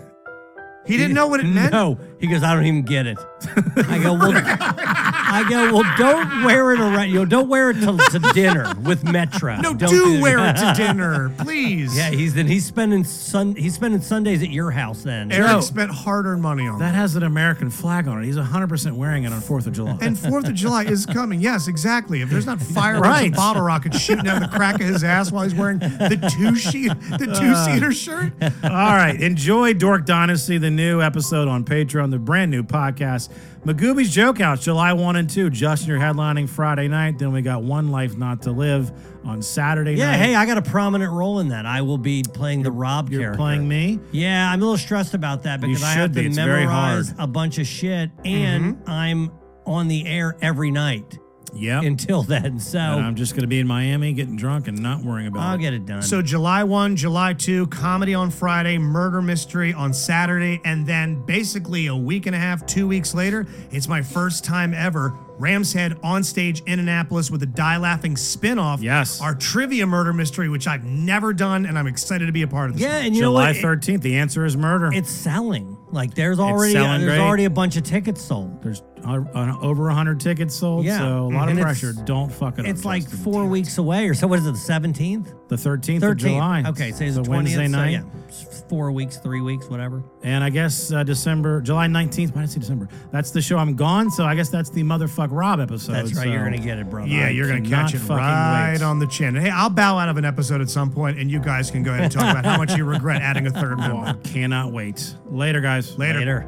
Speaker 12: He didn't know what it meant?
Speaker 11: No, he goes, I don't even get it. I go, well, I go, well, don't wear it around. You know, don't wear it to, to dinner with Metro.
Speaker 12: No,
Speaker 11: Don't
Speaker 12: do wear it to dinner, please.
Speaker 11: Yeah, he's then he's spending sun. He's spending Sundays at your house then.
Speaker 12: Eric spent hard-earned money on
Speaker 9: That has an American flag on it. He's 100% wearing it on 4th of July.
Speaker 12: And Fourth of July is coming. Yes, exactly. If there's not fireworks and
Speaker 9: Right.
Speaker 12: bottle rockets shooting out of the crack of his ass while he's wearing the two sheet, the two seater shirt,
Speaker 9: Uh, All right. Enjoy Dork Dynasty, the new episode on Patreon, the brand new podcast. Magooby's Joke Out, July 1 and 2. Justin, you're headlining Friday night. Then we got One Life Not to Live on Saturday
Speaker 11: Yeah,
Speaker 9: night.
Speaker 11: hey, I got a prominent role in that. I will be playing the Rob
Speaker 9: You're
Speaker 11: character.
Speaker 9: playing me?
Speaker 11: Yeah, I'm a little stressed about that
Speaker 9: You
Speaker 11: because I have
Speaker 9: should
Speaker 11: to
Speaker 9: be. It's very
Speaker 11: memorize
Speaker 9: hard.
Speaker 11: a bunch of shit,
Speaker 12: Mm-hmm.
Speaker 11: and I'm on the air every night
Speaker 9: Yeah.
Speaker 11: until then. So
Speaker 9: And I'm just going to be in Miami getting drunk and not worrying about
Speaker 11: I'll
Speaker 9: it.
Speaker 11: get it done.
Speaker 12: So July 1, July 2, comedy on Friday, murder mystery on Saturday, and then basically a week and a half, two weeks later, it's my first time ever. Ram's Head on stage in Annapolis with a Die Laughing spinoff.
Speaker 9: Yes.
Speaker 12: Our trivia murder mystery, which I've never done, and I'm excited to be a part of this.
Speaker 11: yeah,
Speaker 12: one.
Speaker 11: and you
Speaker 9: July
Speaker 11: know what?
Speaker 9: 13th, the answer is murder.
Speaker 11: It's selling. Like there's already
Speaker 9: selling
Speaker 11: there's
Speaker 9: great.
Speaker 11: already a bunch of tickets sold.
Speaker 9: There's uh, uh, over 100 tickets sold,
Speaker 11: Yeah. Mm-hmm.
Speaker 9: so a lot
Speaker 11: And
Speaker 9: of
Speaker 11: it's-
Speaker 9: pressure. Don't fuck it up.
Speaker 11: It's like
Speaker 9: Justin.
Speaker 11: four weeks away or so. What is it? The seventeenth,
Speaker 9: the 13th, of
Speaker 11: 13th.
Speaker 9: July.
Speaker 11: Okay, so it's the
Speaker 9: a Wednesday
Speaker 11: 20th, so
Speaker 9: night.
Speaker 11: yeah, s- four weeks, three weeks, whatever.
Speaker 9: And I guess uh, December, July 19th. Why did I say December? That's the show I'm gone. So I guess that's the motherfuck Rob episode.
Speaker 11: That's right.
Speaker 9: so-
Speaker 11: You're gonna get it, brother.
Speaker 12: Yeah,
Speaker 9: I
Speaker 12: you're going to
Speaker 9: cannot
Speaker 12: catch it
Speaker 9: fucking
Speaker 12: right
Speaker 9: wait.
Speaker 12: on the chin. Hey, I'll bow out of an episode at some point, and you guys can go ahead and talk about how much you regret adding a third
Speaker 9: Oh, I
Speaker 12: member.
Speaker 9: cannot wait. Later, guys.
Speaker 12: Later.
Speaker 11: Later.